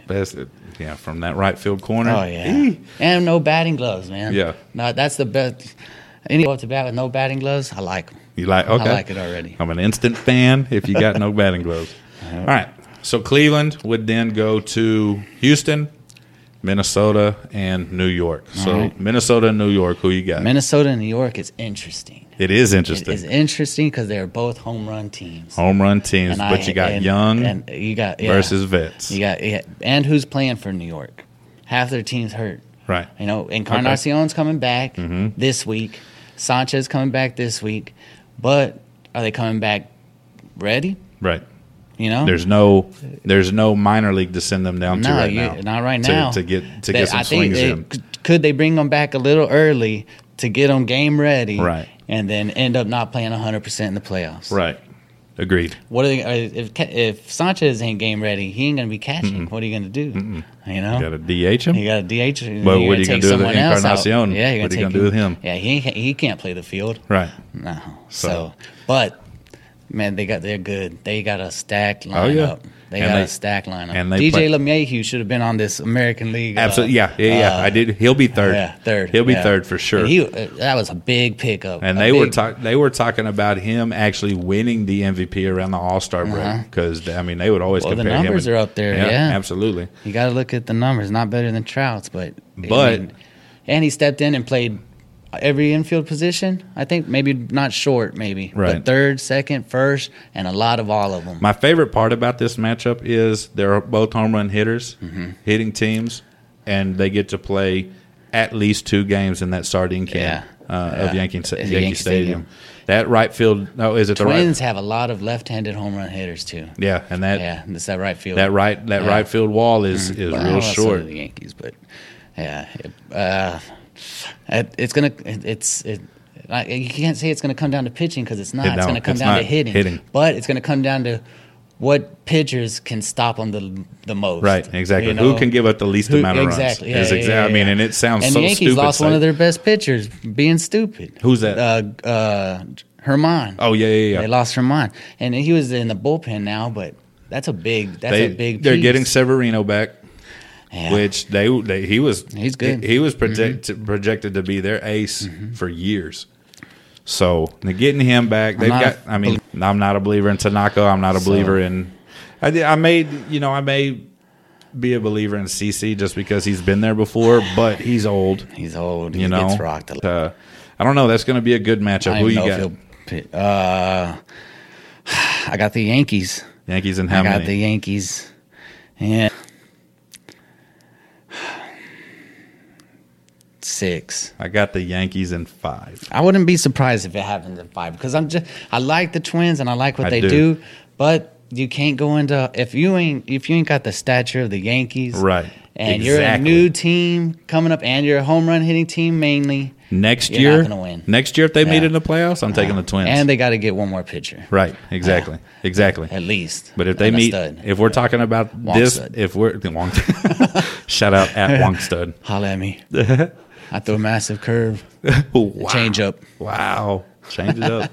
Speaker 1: best. Yeah, from that right field corner.
Speaker 2: Oh yeah, and no batting gloves, man.
Speaker 1: Yeah.
Speaker 2: no, that's the best. Any go to bat with no batting gloves, I like 'em.
Speaker 1: You like? Okay,
Speaker 2: I like it already.
Speaker 1: I'm an instant fan. If you got no batting gloves. All right. So Cleveland would then go to Houston, Minnesota, and New York. So Minnesota and New York. Who you got?
Speaker 2: Minnesota and New York is interesting.
Speaker 1: it is
Speaker 2: It
Speaker 1: interesting.
Speaker 2: is interesting because they're both home run teams.
Speaker 1: Home run teams,
Speaker 2: And
Speaker 1: but
Speaker 2: I-
Speaker 1: you got
Speaker 2: and-
Speaker 1: Young
Speaker 2: and you got yeah.
Speaker 1: versus Vets.
Speaker 2: You got yeah, and who's playing for New York? Half their team's hurt.
Speaker 1: Right.
Speaker 2: You know, Encarnacion's coming back
Speaker 1: Mm-hmm.
Speaker 2: this week. Sanchez coming back this week, but are they coming back ready?
Speaker 1: Right.
Speaker 2: You know,
Speaker 1: There's no there's no minor league to send them down to
Speaker 2: no,
Speaker 1: right
Speaker 2: you-
Speaker 1: now.
Speaker 2: not right
Speaker 1: to,
Speaker 2: now.
Speaker 1: to get to
Speaker 2: They-
Speaker 1: get some
Speaker 2: I think
Speaker 1: swings
Speaker 2: they-
Speaker 1: in.
Speaker 2: c- Could they bring them back a little early to get them game ready?
Speaker 1: Right.
Speaker 2: And then end up not playing 100 percent in the playoffs.
Speaker 1: Right. Agreed.
Speaker 2: What are they? Are, if Ca- if Sanchez ain't game ready, he ain't gonna be catching. What are you gonna do? You know,
Speaker 1: Got to DH him.
Speaker 2: You got a DH.
Speaker 1: But what are you gonna
Speaker 2: take
Speaker 1: do with
Speaker 2: someone else out.
Speaker 1: Encarnacion?
Speaker 2: Yeah, you're
Speaker 1: What are you
Speaker 2: take
Speaker 1: gonna do with him?
Speaker 2: Yeah, he ain't- he can't play the field.
Speaker 1: Right.
Speaker 2: No.
Speaker 1: So-
Speaker 2: So, but man, they got they're good. They got a stacked lineup.
Speaker 1: Oh, yeah.
Speaker 2: They
Speaker 1: And
Speaker 2: got
Speaker 1: they-
Speaker 2: a stacked lineup.
Speaker 1: and they
Speaker 2: DJ
Speaker 1: play-
Speaker 2: LeMahieu should have been on this American League. uh,
Speaker 1: Absolutely. Yeah. Yeah. Yeah.
Speaker 2: uh,
Speaker 1: I did. He'll be third.
Speaker 2: Yeah, third.
Speaker 1: He'll be
Speaker 2: yeah.
Speaker 1: third for sure.
Speaker 2: And he, uh, that was a big pickup.
Speaker 1: And
Speaker 2: a
Speaker 1: they were
Speaker 2: big-
Speaker 1: talk, they were talking about him actually winning the MVP around the All Star break because I mean they would always
Speaker 2: Uh-huh. Well, the
Speaker 1: compare
Speaker 2: numbers
Speaker 1: him. and-
Speaker 2: are up there, yeah.
Speaker 1: absolutely.
Speaker 2: You got to look at the numbers. Not better than Trout's, but I
Speaker 1: But-
Speaker 2: mean, and he stepped in and played every infield position. I think maybe not short, maybe
Speaker 1: Right.
Speaker 2: but third, second, first, and a lot of all of them.
Speaker 1: My favorite part about this matchup is they're both home run hitters,
Speaker 2: Mm-hmm.
Speaker 1: hitting teams, and they get to play at least two games in that sardine can
Speaker 2: Yeah.
Speaker 1: Uh, of
Speaker 2: Yeah.
Speaker 1: Yankee, Yankee, Stadium.
Speaker 2: Yankee Stadium.
Speaker 1: That right field, no, is it the
Speaker 2: Twins
Speaker 1: right?
Speaker 2: have a lot of left-handed home run hitters too.
Speaker 1: Yeah, and that
Speaker 2: Yeah, and it's that right field.
Speaker 1: that right that
Speaker 2: Yeah.
Speaker 1: right field wall is is
Speaker 2: Well,
Speaker 1: real
Speaker 2: that's
Speaker 1: short.
Speaker 2: some of The Yankees, but yeah, it- uh, it- it's gonna. It, it's it. I, you can't say it's gonna come down to pitching because it's not.
Speaker 1: It
Speaker 2: it's
Speaker 1: don't.
Speaker 2: gonna come
Speaker 1: It's
Speaker 2: down to
Speaker 1: not
Speaker 2: hitting.
Speaker 1: hitting.
Speaker 2: But it's gonna come down to what pitchers can stop them the the most.
Speaker 1: Right, exactly.
Speaker 2: you know?
Speaker 1: Who can give up the least
Speaker 2: Who-
Speaker 1: amount of
Speaker 2: exactly, yeah,
Speaker 1: runs? Is
Speaker 2: yeah,
Speaker 1: exa-
Speaker 2: yeah,
Speaker 1: I mean,
Speaker 2: yeah.
Speaker 1: and it sounds
Speaker 2: And
Speaker 1: so
Speaker 2: the Yankees
Speaker 1: stupid.
Speaker 2: lost
Speaker 1: say-
Speaker 2: one of their best pitchers being stupid.
Speaker 1: Who's that?
Speaker 2: Uh, uh, Herman.
Speaker 1: Oh yeah, yeah, yeah.
Speaker 2: They lost Herman, and he was in the bullpen now, but. That's a big. That's
Speaker 1: They-
Speaker 2: a big.
Speaker 1: They're
Speaker 2: piece.
Speaker 1: getting Severino back.
Speaker 2: Yeah.
Speaker 1: which they, they he was
Speaker 2: He's good. Mm-hmm.
Speaker 1: He, he was project, projected to be their ace for years. So now getting him back, they've
Speaker 2: not
Speaker 1: got.
Speaker 2: a
Speaker 1: I mean, I'm not a believer in Tanaka. I'm not a believer in. I, did- I may you know I may be a believer in CC just because he's been there before, but he's old.
Speaker 2: He's old. He
Speaker 1: You know,
Speaker 2: gets rocked a lot.
Speaker 1: Uh, I don't know. That's going to be a good matchup.
Speaker 2: I
Speaker 1: Who
Speaker 2: don't
Speaker 1: you
Speaker 2: know if
Speaker 1: got?
Speaker 2: he'll pi- Uh, I got the Yankees.
Speaker 1: Yankees and how
Speaker 2: I got
Speaker 1: many?
Speaker 2: the Yankees. And six.
Speaker 1: I got the Yankees in five.
Speaker 2: I wouldn't be surprised if it happens in five because I'm just I like the twins and I like what
Speaker 1: I
Speaker 2: they
Speaker 1: do.
Speaker 2: do. but you can't go into if you ain't if you ain't got the stature of the Yankees,
Speaker 1: Right.
Speaker 2: And you're a
Speaker 1: Exactly.
Speaker 2: new team coming up, and you're a home run hitting team mainly,
Speaker 1: Next
Speaker 2: You're
Speaker 1: year,
Speaker 2: not gonna win.
Speaker 1: next year if they meet
Speaker 2: Yeah.
Speaker 1: in the playoffs, I'm taking the Twins.
Speaker 2: Uh, and they got to get one more pitcher
Speaker 1: right, exactly, exactly.
Speaker 2: at least.
Speaker 1: But if they
Speaker 2: and a
Speaker 1: meet,
Speaker 2: stud.
Speaker 1: if we're talking about
Speaker 2: Wong
Speaker 1: this,
Speaker 2: stud.
Speaker 1: if we're the Wong, shout out at Wongstud.
Speaker 2: holla at me, I threw a massive curve,
Speaker 1: wow.
Speaker 2: change up.
Speaker 1: Wow, change it up.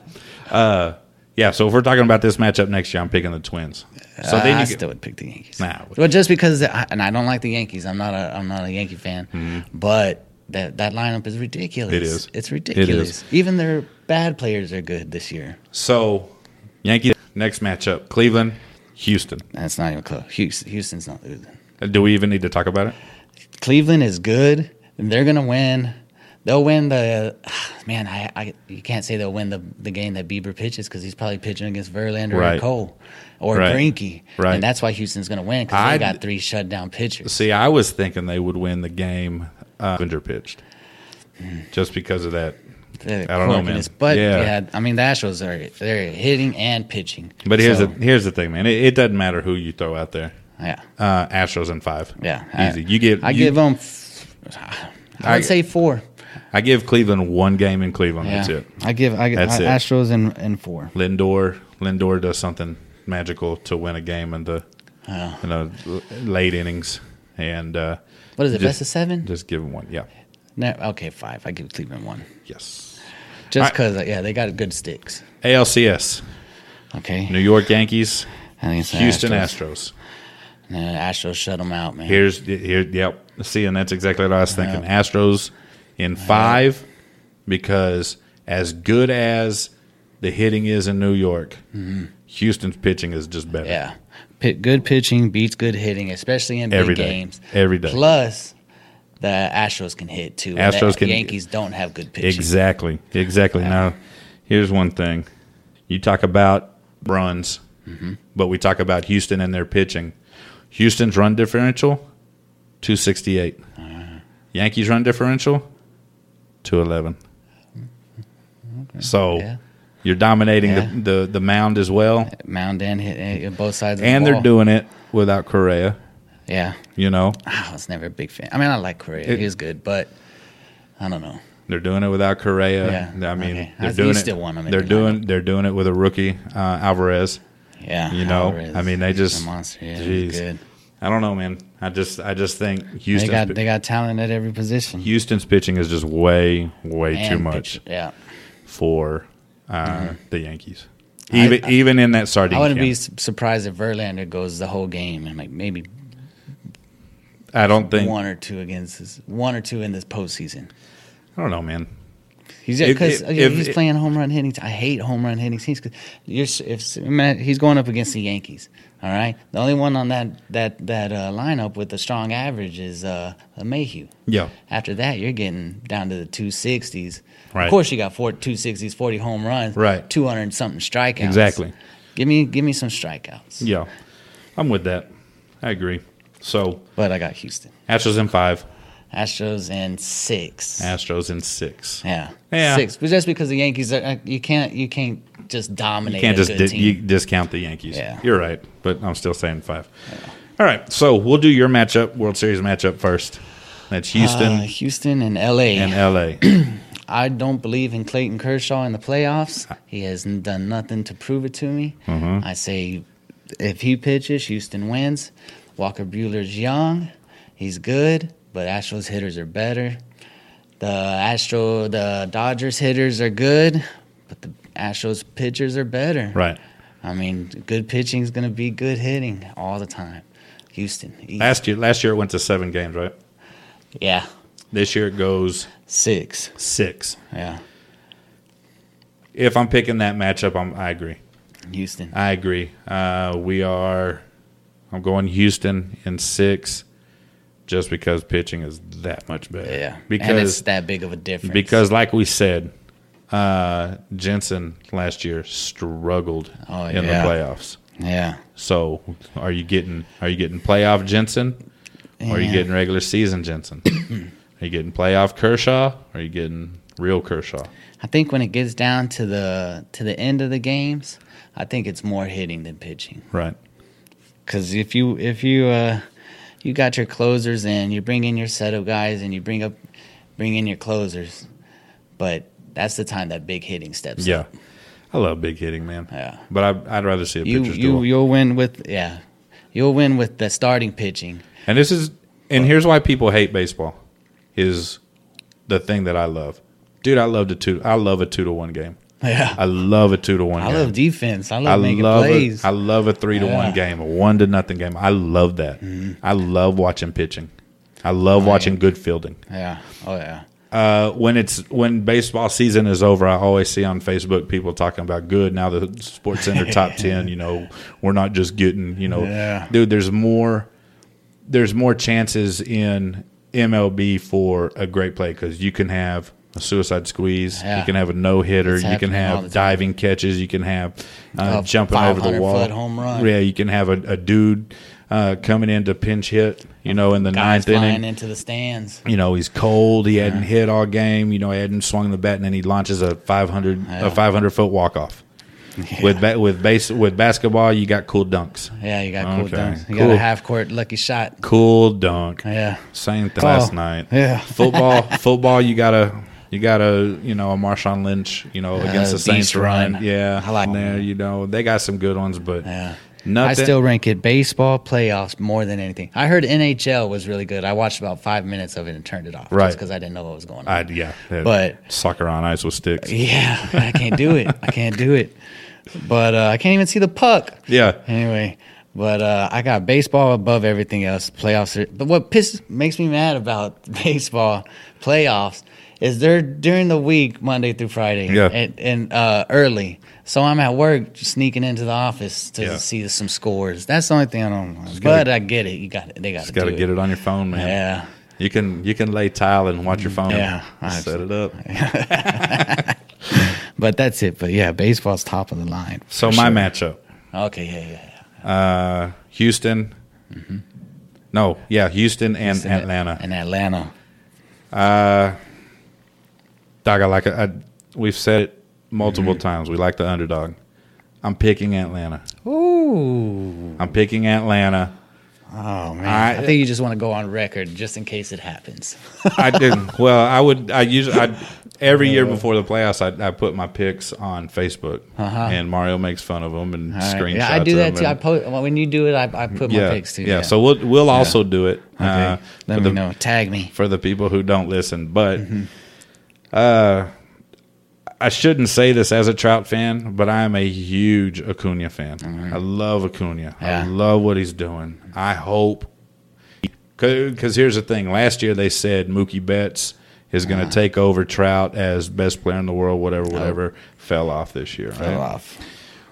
Speaker 1: uh, yeah. So if we're talking about this matchup next year, I'm picking the Twins. So
Speaker 2: So
Speaker 1: then
Speaker 2: I
Speaker 1: you
Speaker 2: Ah, still
Speaker 1: get,
Speaker 2: would pick the Yankees.
Speaker 1: Nah.
Speaker 2: well, just because, I, and I don't like the Yankees. I'm not a, I'm not a Yankee fan. But that that lineup is ridiculous.
Speaker 1: Mm-hmm. It is.
Speaker 2: It's
Speaker 1: It is.
Speaker 2: ridiculous. Even their bad players are good this year.
Speaker 1: so Yankees next matchup: Cleveland, Houston.
Speaker 2: That's not even close. Houston, Houston's not losing.
Speaker 1: Do we even need to talk about it?
Speaker 2: Cleveland is good, and they're gonna win. They'll win the man. I, I you can't say they'll win the, the game that Bieber pitches because he's probably pitching against Verlander
Speaker 1: Right.
Speaker 2: or Cole or
Speaker 1: Right.
Speaker 2: Greinke,
Speaker 1: Right.
Speaker 2: and that's why Houston's gonna win because
Speaker 1: I'd-
Speaker 2: they got three shutdown pitchers.
Speaker 1: See, I was thinking they would win the game. Uh, Clevenger pitched, just because of that.
Speaker 2: I
Speaker 1: I don't know, man.
Speaker 2: But
Speaker 1: Yeah.
Speaker 2: yeah. I mean the Astros are they're hitting and pitching.
Speaker 1: But here's
Speaker 2: So,
Speaker 1: the here's the thing, man. It, it doesn't matter who you throw out there.
Speaker 2: yeah,
Speaker 1: Uh, Astros in five.
Speaker 2: yeah.
Speaker 1: easy.
Speaker 2: I,
Speaker 1: you give.
Speaker 2: I
Speaker 1: you-
Speaker 2: give them. I
Speaker 1: I-
Speaker 2: would say four.
Speaker 1: I give Cleveland one game in Cleveland. That's
Speaker 2: yeah.
Speaker 1: it.
Speaker 2: I give I, give I,
Speaker 1: That's it.
Speaker 2: Astros in in four.
Speaker 1: Lindor. Lindor does something magical to win a game in the you know l- late innings, and uh,
Speaker 2: What is it?
Speaker 1: Just-
Speaker 2: best of seven?
Speaker 1: just give him one. Yeah.
Speaker 2: no, okay, five. I give Cleveland one.
Speaker 1: Yes.
Speaker 2: Just
Speaker 1: I-
Speaker 2: because, yeah, they got good sticks.
Speaker 1: ALCS.
Speaker 2: Okay.
Speaker 1: New York Yankees.
Speaker 2: I think it's the
Speaker 1: Houston Astros.
Speaker 2: Astros. No, Astros shut them out, man.
Speaker 1: Here's here. Yep. See, and that's exactly what I was thinking. Astros in five because as good as the hitting is in New York, Houston's pitching is just better.
Speaker 2: Yeah. Pit, good pitching beats good hitting, especially in
Speaker 1: Every
Speaker 2: big
Speaker 1: day.
Speaker 2: games.
Speaker 1: Every day.
Speaker 2: Plus, the Astros can hit too. and
Speaker 1: Astros
Speaker 2: the
Speaker 1: can-
Speaker 2: Yankees don't have good pitching.
Speaker 1: Exactly. Exactly. Now, here's one thing. You talk about runs,
Speaker 2: Mm-hmm.
Speaker 1: but we talk about Houston and their pitching. Houston's run differential, 268.
Speaker 2: Uh-huh.
Speaker 1: Yankees' run differential, 211. So
Speaker 2: Yeah.
Speaker 1: you're dominating
Speaker 2: Yeah.
Speaker 1: the, the, the mound as well,
Speaker 2: Mound and hit eh, both sides. Of
Speaker 1: and
Speaker 2: the
Speaker 1: they're
Speaker 2: ball.
Speaker 1: doing it without Correa,
Speaker 2: Yeah, Ah,
Speaker 1: you know?
Speaker 2: I was never a big fan. I mean, I like Correa;
Speaker 1: It-
Speaker 2: he was good, but I don't know.
Speaker 1: They're doing it without Correa.
Speaker 2: Yeah.
Speaker 1: I mean,
Speaker 2: Okay. I-
Speaker 1: they're
Speaker 2: you
Speaker 1: doing it.
Speaker 2: still want him in
Speaker 1: they're
Speaker 2: your
Speaker 1: doing they're doing it with a rookie uh, Alvarez.
Speaker 2: Yeah,
Speaker 1: You know,
Speaker 2: Alvarez,
Speaker 1: I mean, they
Speaker 2: he's
Speaker 1: just-
Speaker 2: a monster. Yeah,
Speaker 1: jeez.
Speaker 2: he's good.
Speaker 1: I don't know, man. I just I just think
Speaker 2: They
Speaker 1: Houston's,
Speaker 2: got they got talent at every position.
Speaker 1: Houston's pitching is just way way too
Speaker 2: And
Speaker 1: much
Speaker 2: pitch- Yeah,
Speaker 1: for uh, the Yankees. Even even in that sardine
Speaker 2: I wouldn't
Speaker 1: can.
Speaker 2: be su- surprised if Verlander goes the whole game and like maybe
Speaker 1: I don't think.
Speaker 2: one or two against this, one or two in this postseason.
Speaker 1: I don't know, man.
Speaker 2: He's
Speaker 1: If-
Speaker 2: because
Speaker 1: if- if-
Speaker 2: he's playing home run hitting. I hate home run hitting teams because you're s- if s- man, he's going up against the Yankees. All right, the only one on that that that uh, lineup with a strong average is uh, Mayhew.
Speaker 1: Yeah,
Speaker 2: After that, you're getting down to the two sixties.
Speaker 1: Right.
Speaker 2: Of course, you got four two sixties, forty home runs,
Speaker 1: Right.
Speaker 2: Two hundred something strikeouts.
Speaker 1: Exactly.
Speaker 2: Give me give me some strikeouts.
Speaker 1: yeah. I'm with that. I agree. So
Speaker 2: But I got Houston
Speaker 1: Astros in five,
Speaker 2: Astros in six.
Speaker 1: Astros in six.
Speaker 2: yeah.
Speaker 1: Yeah.
Speaker 2: Six. But just because the Yankees are, uh, you can't you can't just dominate.
Speaker 1: You can't
Speaker 2: a
Speaker 1: just
Speaker 2: good
Speaker 1: di-
Speaker 2: team.
Speaker 1: you discount the Yankees.
Speaker 2: Yeah.
Speaker 1: You're right, but I'm still saying five. All right, so we'll do your matchup, World Series matchup first. That's Houston
Speaker 2: Uh, Houston and LA.
Speaker 1: and LA.
Speaker 2: I don't believe in Clayton Kershaw in the
Speaker 1: Uh.
Speaker 2: playoffs. He has n- done nothing to prove it to me.
Speaker 1: Mm-hmm.
Speaker 2: I say if he pitches, Houston wins. Walker Bueller's young. He's good, but Astros hitters are better. The Astro the Dodgers hitters are good, but the Astros pitchers are better.
Speaker 1: right.
Speaker 2: I mean, good pitching is going to be good hitting all the time. Houston. Easy.
Speaker 1: Last year, last year it went to seven games, right?
Speaker 2: yeah,
Speaker 1: This year it goes
Speaker 2: six.
Speaker 1: six.
Speaker 2: Yeah,
Speaker 1: If I'm picking that matchup, I'm, I agree.
Speaker 2: Houston.
Speaker 1: I agree. Uh, we are. I'm going Houston in six, just because pitching is that much better.
Speaker 2: yeah,
Speaker 1: because
Speaker 2: and it's that big of a difference.
Speaker 1: because like we said, uh, Jensen last year struggled
Speaker 2: Oh,
Speaker 1: in
Speaker 2: yeah.
Speaker 1: the playoffs.
Speaker 2: yeah,
Speaker 1: So are you getting are you getting playoff Jensen, or are you
Speaker 2: Yeah.
Speaker 1: getting regular season Jensen? are you getting playoff Kershaw? Or are you getting real Kershaw?
Speaker 2: I think when it gets down to the to the end of the games, I think it's more hitting than pitching.
Speaker 1: Right.
Speaker 2: Because if you if you uh, you got your closers in, you bring in your set of guys, and you bring up bring in your closers, but that's the time that big hitting steps.
Speaker 1: Yeah.
Speaker 2: up.
Speaker 1: I love big hitting, man.
Speaker 2: Yeah.
Speaker 1: But I, I'd rather see a
Speaker 2: you
Speaker 1: pitcher's
Speaker 2: you
Speaker 1: duel.
Speaker 2: you'll win with yeah, you'll win with the starting pitching.
Speaker 1: And this is and here's why people hate baseball is the thing that I love. Dude, I love the two I love a two to one game.
Speaker 2: Yeah,
Speaker 1: I love a two to one
Speaker 2: I
Speaker 1: game.
Speaker 2: love defense. I love
Speaker 1: I
Speaker 2: making
Speaker 1: love
Speaker 2: plays.
Speaker 1: A, I love a three to
Speaker 2: Yeah.
Speaker 1: one game, a one to nothing game. I love that. I love watching pitching. I love watching good fielding.
Speaker 2: yeah. Oh yeah.
Speaker 1: Uh, when it's when baseball season is over, I always see on Facebook people talking about good. Now the Sports Center top ten, you know, we're not just getting, you know,
Speaker 2: Yeah.
Speaker 1: dude. There's more. There's more chances in MLB for a great play because you can have a suicide squeeze,
Speaker 2: Yeah.
Speaker 1: you can have a no hitter,
Speaker 2: It's
Speaker 1: you can
Speaker 2: happening all
Speaker 1: have
Speaker 2: the time.
Speaker 1: diving catches. You can have uh,
Speaker 2: A
Speaker 1: jumping over the
Speaker 2: 500
Speaker 1: wall,
Speaker 2: foot home run.
Speaker 1: Yeah, you can have a, a dude uh, coming in to pinch hit. You know, in the ninth
Speaker 2: Guys flying
Speaker 1: inning,
Speaker 2: into the stands.
Speaker 1: you know he's cold. He hadn't hit all game. You know he hadn't swung the bat, and then he launches a five hundred
Speaker 2: Yeah.
Speaker 1: a five hundred foot walk off. With ba- with base with basketball, you got cool dunks.
Speaker 2: Yeah, you got cool
Speaker 1: Okay,
Speaker 2: dunks. You got
Speaker 1: cool.
Speaker 2: a half court lucky shot.
Speaker 1: Cool dunk.
Speaker 2: Yeah.
Speaker 1: Same thing
Speaker 2: Oh,
Speaker 1: last night.
Speaker 2: yeah.
Speaker 1: Football football you gotta you gotta you know a Marshawn Lynch you know against the
Speaker 2: beast
Speaker 1: Saints run.
Speaker 2: run.
Speaker 1: Yeah.
Speaker 2: I like-
Speaker 1: And there. You know they got some good ones, but
Speaker 2: Yeah.
Speaker 1: nothing.
Speaker 2: I still rank it baseball playoffs more than anything. I heard NHL was really good. I watched about five minutes of it and turned it off,
Speaker 1: Right.
Speaker 2: Because I didn't know what was going on.
Speaker 1: I, yeah.
Speaker 2: But-
Speaker 1: soccer on ice with sticks.
Speaker 2: yeah, I can't do it. I can't do it. But uh, I can't even see the puck.
Speaker 1: Yeah.
Speaker 2: Anyway, but uh, I got baseball above everything else. Playoffs. Are, but what piss makes me mad about baseball playoffs is they're during the week, Monday through Friday,
Speaker 1: Yeah.
Speaker 2: and, and uh, early. So I'm at work sneaking into the office to
Speaker 1: Yeah.
Speaker 2: see some scores. That's the only thing I don't. Like. But I get it. You got it. They got to
Speaker 1: Got to
Speaker 2: do
Speaker 1: get it on your phone, man.
Speaker 2: Yeah.
Speaker 1: You can you can lay tile and watch your phone.
Speaker 2: Yeah.
Speaker 1: set it up.
Speaker 2: But that's it. But yeah, baseball's top of the line.
Speaker 1: So
Speaker 2: for
Speaker 1: my
Speaker 2: sure.
Speaker 1: matchup,
Speaker 2: Okay. Yeah. Yeah. yeah.
Speaker 1: uh, Houston. No, yeah, Houston and
Speaker 2: Mm-hmm. Houston
Speaker 1: Atlanta.
Speaker 2: And Atlanta.
Speaker 1: Dog, I like it. I, we've said it multiple
Speaker 2: Mm-hmm.
Speaker 1: times. We like the underdog. I'm picking Atlanta.
Speaker 2: Ooh.
Speaker 1: I'm picking Atlanta.
Speaker 2: Oh man.
Speaker 1: I-
Speaker 2: I think you just want to go on record just in case it happens.
Speaker 1: I do. Well, I would. I usually. I, every year before the playoffs, I, I put my picks on Facebook, and Mario makes fun of them and
Speaker 2: Uh-huh. All right.
Speaker 1: screenshots.
Speaker 2: Yeah, I do
Speaker 1: of
Speaker 2: that
Speaker 1: them
Speaker 2: too. I
Speaker 1: and-
Speaker 2: post well, when you do it. I, I put
Speaker 1: yeah,
Speaker 2: my pics too.
Speaker 1: yeah, So we'll we'll also do it.
Speaker 2: okay.
Speaker 1: Uh, for
Speaker 2: let me
Speaker 1: the-
Speaker 2: know. Tag me.
Speaker 1: for the people who don't listen, but
Speaker 2: Mm-hmm.
Speaker 1: uh, I shouldn't say this as a Trout fan, but I am a huge Acuna fan. I love Acuna. I
Speaker 2: Yeah.
Speaker 1: love what he's doing. I hope because here's the thing: last year they said Mookie Betts is going to take over Trout as best player in the world, whatever, whatever. Fell off this year. right?
Speaker 2: Oh. Fell off.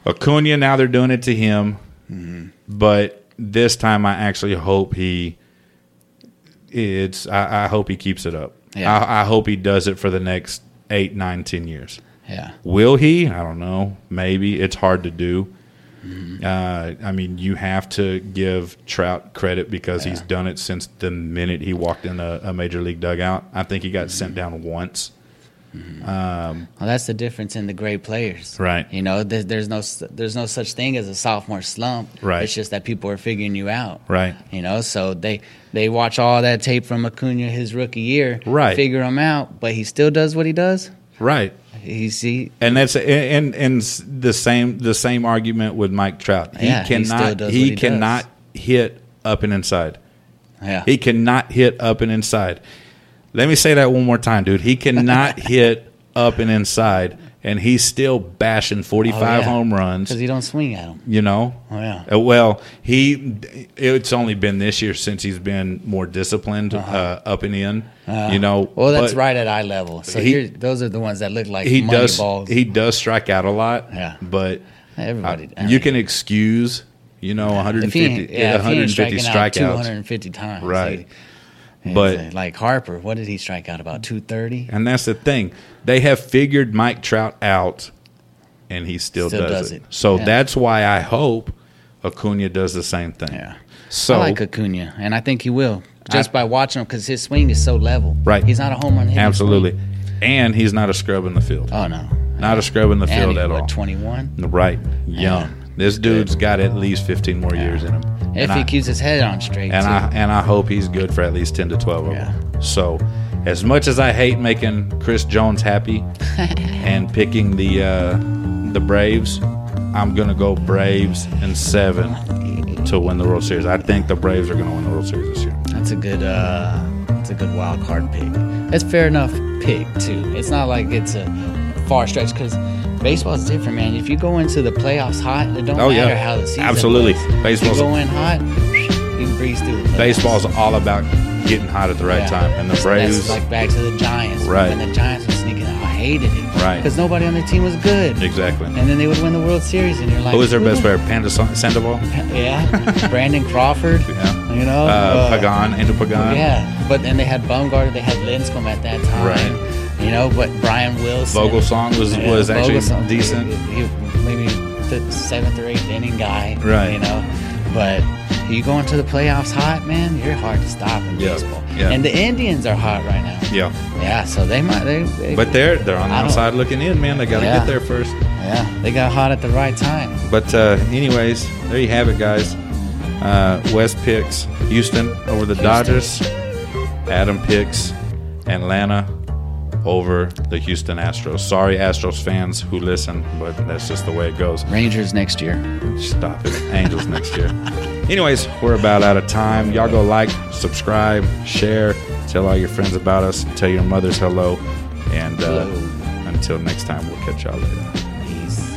Speaker 1: Acuna, now they're doing it to him. But this time, I actually hope he. It's. I, I hope he keeps it up.
Speaker 2: Yeah.
Speaker 1: I, I hope he does it for the next eight, nine, ten years.
Speaker 2: Yeah.
Speaker 1: Will he? I don't know. Maybe it's hard to do. Uh, I mean, you have to give Trout credit because he's done it since the minute he walked in a, a major league dugout. I think he got sent down once.
Speaker 2: Well, that's the difference in the great players,
Speaker 1: Right.
Speaker 2: You know, there, there's no s- there's no such thing as a sophomore slump.
Speaker 1: Right.
Speaker 2: It's just that people are figuring you out.
Speaker 1: Right.
Speaker 2: You know, so they they watch all that tape from Acuna his rookie year.
Speaker 1: Right.
Speaker 2: Figure him out, but he still does what he does.
Speaker 1: Right.
Speaker 2: He see
Speaker 1: And that's and and s- the same the same argument with Mike Trout. He
Speaker 2: Yeah, he still
Speaker 1: cannot
Speaker 2: does
Speaker 1: he,
Speaker 2: what he
Speaker 1: cannot hit up and inside.
Speaker 2: yeah
Speaker 1: He cannot hit up and inside. Let me say that one more time, dude. He cannot hit up and inside. and he's still bashing 45
Speaker 2: Oh, yeah.
Speaker 1: home runs.
Speaker 2: because you don't swing at them.
Speaker 1: you know
Speaker 2: Oh, yeah.
Speaker 1: Uh, well he it's only been this year since he's been more disciplined uh up and in you know
Speaker 2: Uh-huh. Well, that's
Speaker 1: but
Speaker 2: right at eye level. So
Speaker 1: he-
Speaker 2: you're, those are the ones that look like
Speaker 1: he
Speaker 2: money
Speaker 1: does
Speaker 2: balls.
Speaker 1: he does strike out a lot
Speaker 2: Yeah.
Speaker 1: but
Speaker 2: Everybody, I
Speaker 1: you
Speaker 2: mean,
Speaker 1: can excuse you know
Speaker 2: if he ain't-
Speaker 1: 150
Speaker 2: yeah, if he ain't
Speaker 1: 150
Speaker 2: striking out
Speaker 1: strikeouts
Speaker 2: 250 times,
Speaker 1: Right.
Speaker 2: like- it's,
Speaker 1: But-
Speaker 2: uh, like Harper, what did he strike out about 230?
Speaker 1: and that's the thing they have figured Mike Trout out and he still,
Speaker 2: Still
Speaker 1: does,
Speaker 2: does
Speaker 1: it.
Speaker 2: it.
Speaker 1: so
Speaker 2: Yeah.
Speaker 1: that's why I hope Acuna does the same thing
Speaker 2: Yeah.
Speaker 1: so
Speaker 2: I like Acuna, and I think he will just by watching him because his swing is so level.
Speaker 1: Right.
Speaker 2: He's not a home run hitter.
Speaker 1: absolutely and he's not a scrub in the field
Speaker 2: Oh no.
Speaker 1: not a scrub in the
Speaker 2: And
Speaker 1: field
Speaker 2: he,
Speaker 1: at
Speaker 2: what,
Speaker 1: all
Speaker 2: 21.
Speaker 1: Right. Young. This dude's got at least 15 more years in him.
Speaker 2: If
Speaker 1: and
Speaker 2: he
Speaker 1: I,
Speaker 2: keeps his head on straight.
Speaker 1: and
Speaker 2: too.
Speaker 1: I and I hope he's good for at least 10 to 12 of them. So, as much as I hate making Chris Jones happy and picking the uh, the Braves, I'm going to go Braves and 7 to win the World Series. I think the Braves are going to win the World Series this year.
Speaker 2: That's a good uh that's a good wild card pick. That's fair enough pick too. It's not like it's a far stretch because baseball's different, man. If you go into the playoffs hot, it don't
Speaker 1: Oh, yeah.
Speaker 2: matter how the season
Speaker 1: Absolutely.
Speaker 2: was.
Speaker 1: Baseball's-
Speaker 2: you go in hot, you can breeze through. the playoffs.
Speaker 1: Baseball's all about getting hot at the right
Speaker 2: Yeah.
Speaker 1: time and the
Speaker 2: So
Speaker 1: Braves
Speaker 2: That's like back to the Giants.
Speaker 1: Right.
Speaker 2: When the Giants were sneaking, out, I hated it.
Speaker 1: Right.
Speaker 2: Because nobody on their team was good.
Speaker 1: exactly.
Speaker 2: And then they would win the World Series, and you're like,
Speaker 1: Who is their best
Speaker 2: "Ooh."
Speaker 1: player? Panda Sa- Sandoval?
Speaker 2: Yeah, Brandon Crawford.
Speaker 1: Yeah.
Speaker 2: You know,
Speaker 1: Uh,
Speaker 2: uh,
Speaker 1: Pagan, Andrew Pagan.
Speaker 2: Yeah, but then they had Baumgartner, they had Linscomb at that time.
Speaker 1: Right.
Speaker 2: You know, but Brian Wilson.
Speaker 1: Vogelsong was
Speaker 2: Yeah,
Speaker 1: was actually
Speaker 2: Vogelsong,
Speaker 1: decent.
Speaker 2: He, he- maybe the seventh or eighth inning guy.
Speaker 1: Right.
Speaker 2: You know, but you go into the playoffs hot, man, you're hard to stop in
Speaker 1: Yeah,
Speaker 2: baseball.
Speaker 1: yeah.
Speaker 2: And the Indians are hot right now.
Speaker 1: Yeah,
Speaker 2: Yeah, so they might. They, they,
Speaker 1: but they're they're on the
Speaker 2: I don't-
Speaker 1: outside looking in, man. They got to
Speaker 2: Yeah.
Speaker 1: get there first.
Speaker 2: yeah, they got hot at the right time.
Speaker 1: But uh, anyways, there you have it, guys. Uh, West picks Houston over the Dodgers. Adam picks Atlanta over the Houston Astros. Sorry, Astros fans who listen, but that's just the way it goes.
Speaker 2: Rangers next year.
Speaker 1: Stop it. Angels next year. Anyways, we're about out of time. Y'all go like, subscribe, share, tell all your friends about us, tell your mothers hello, and uh,
Speaker 2: Hello.
Speaker 1: until next time, we'll catch y'all later.
Speaker 2: Peace.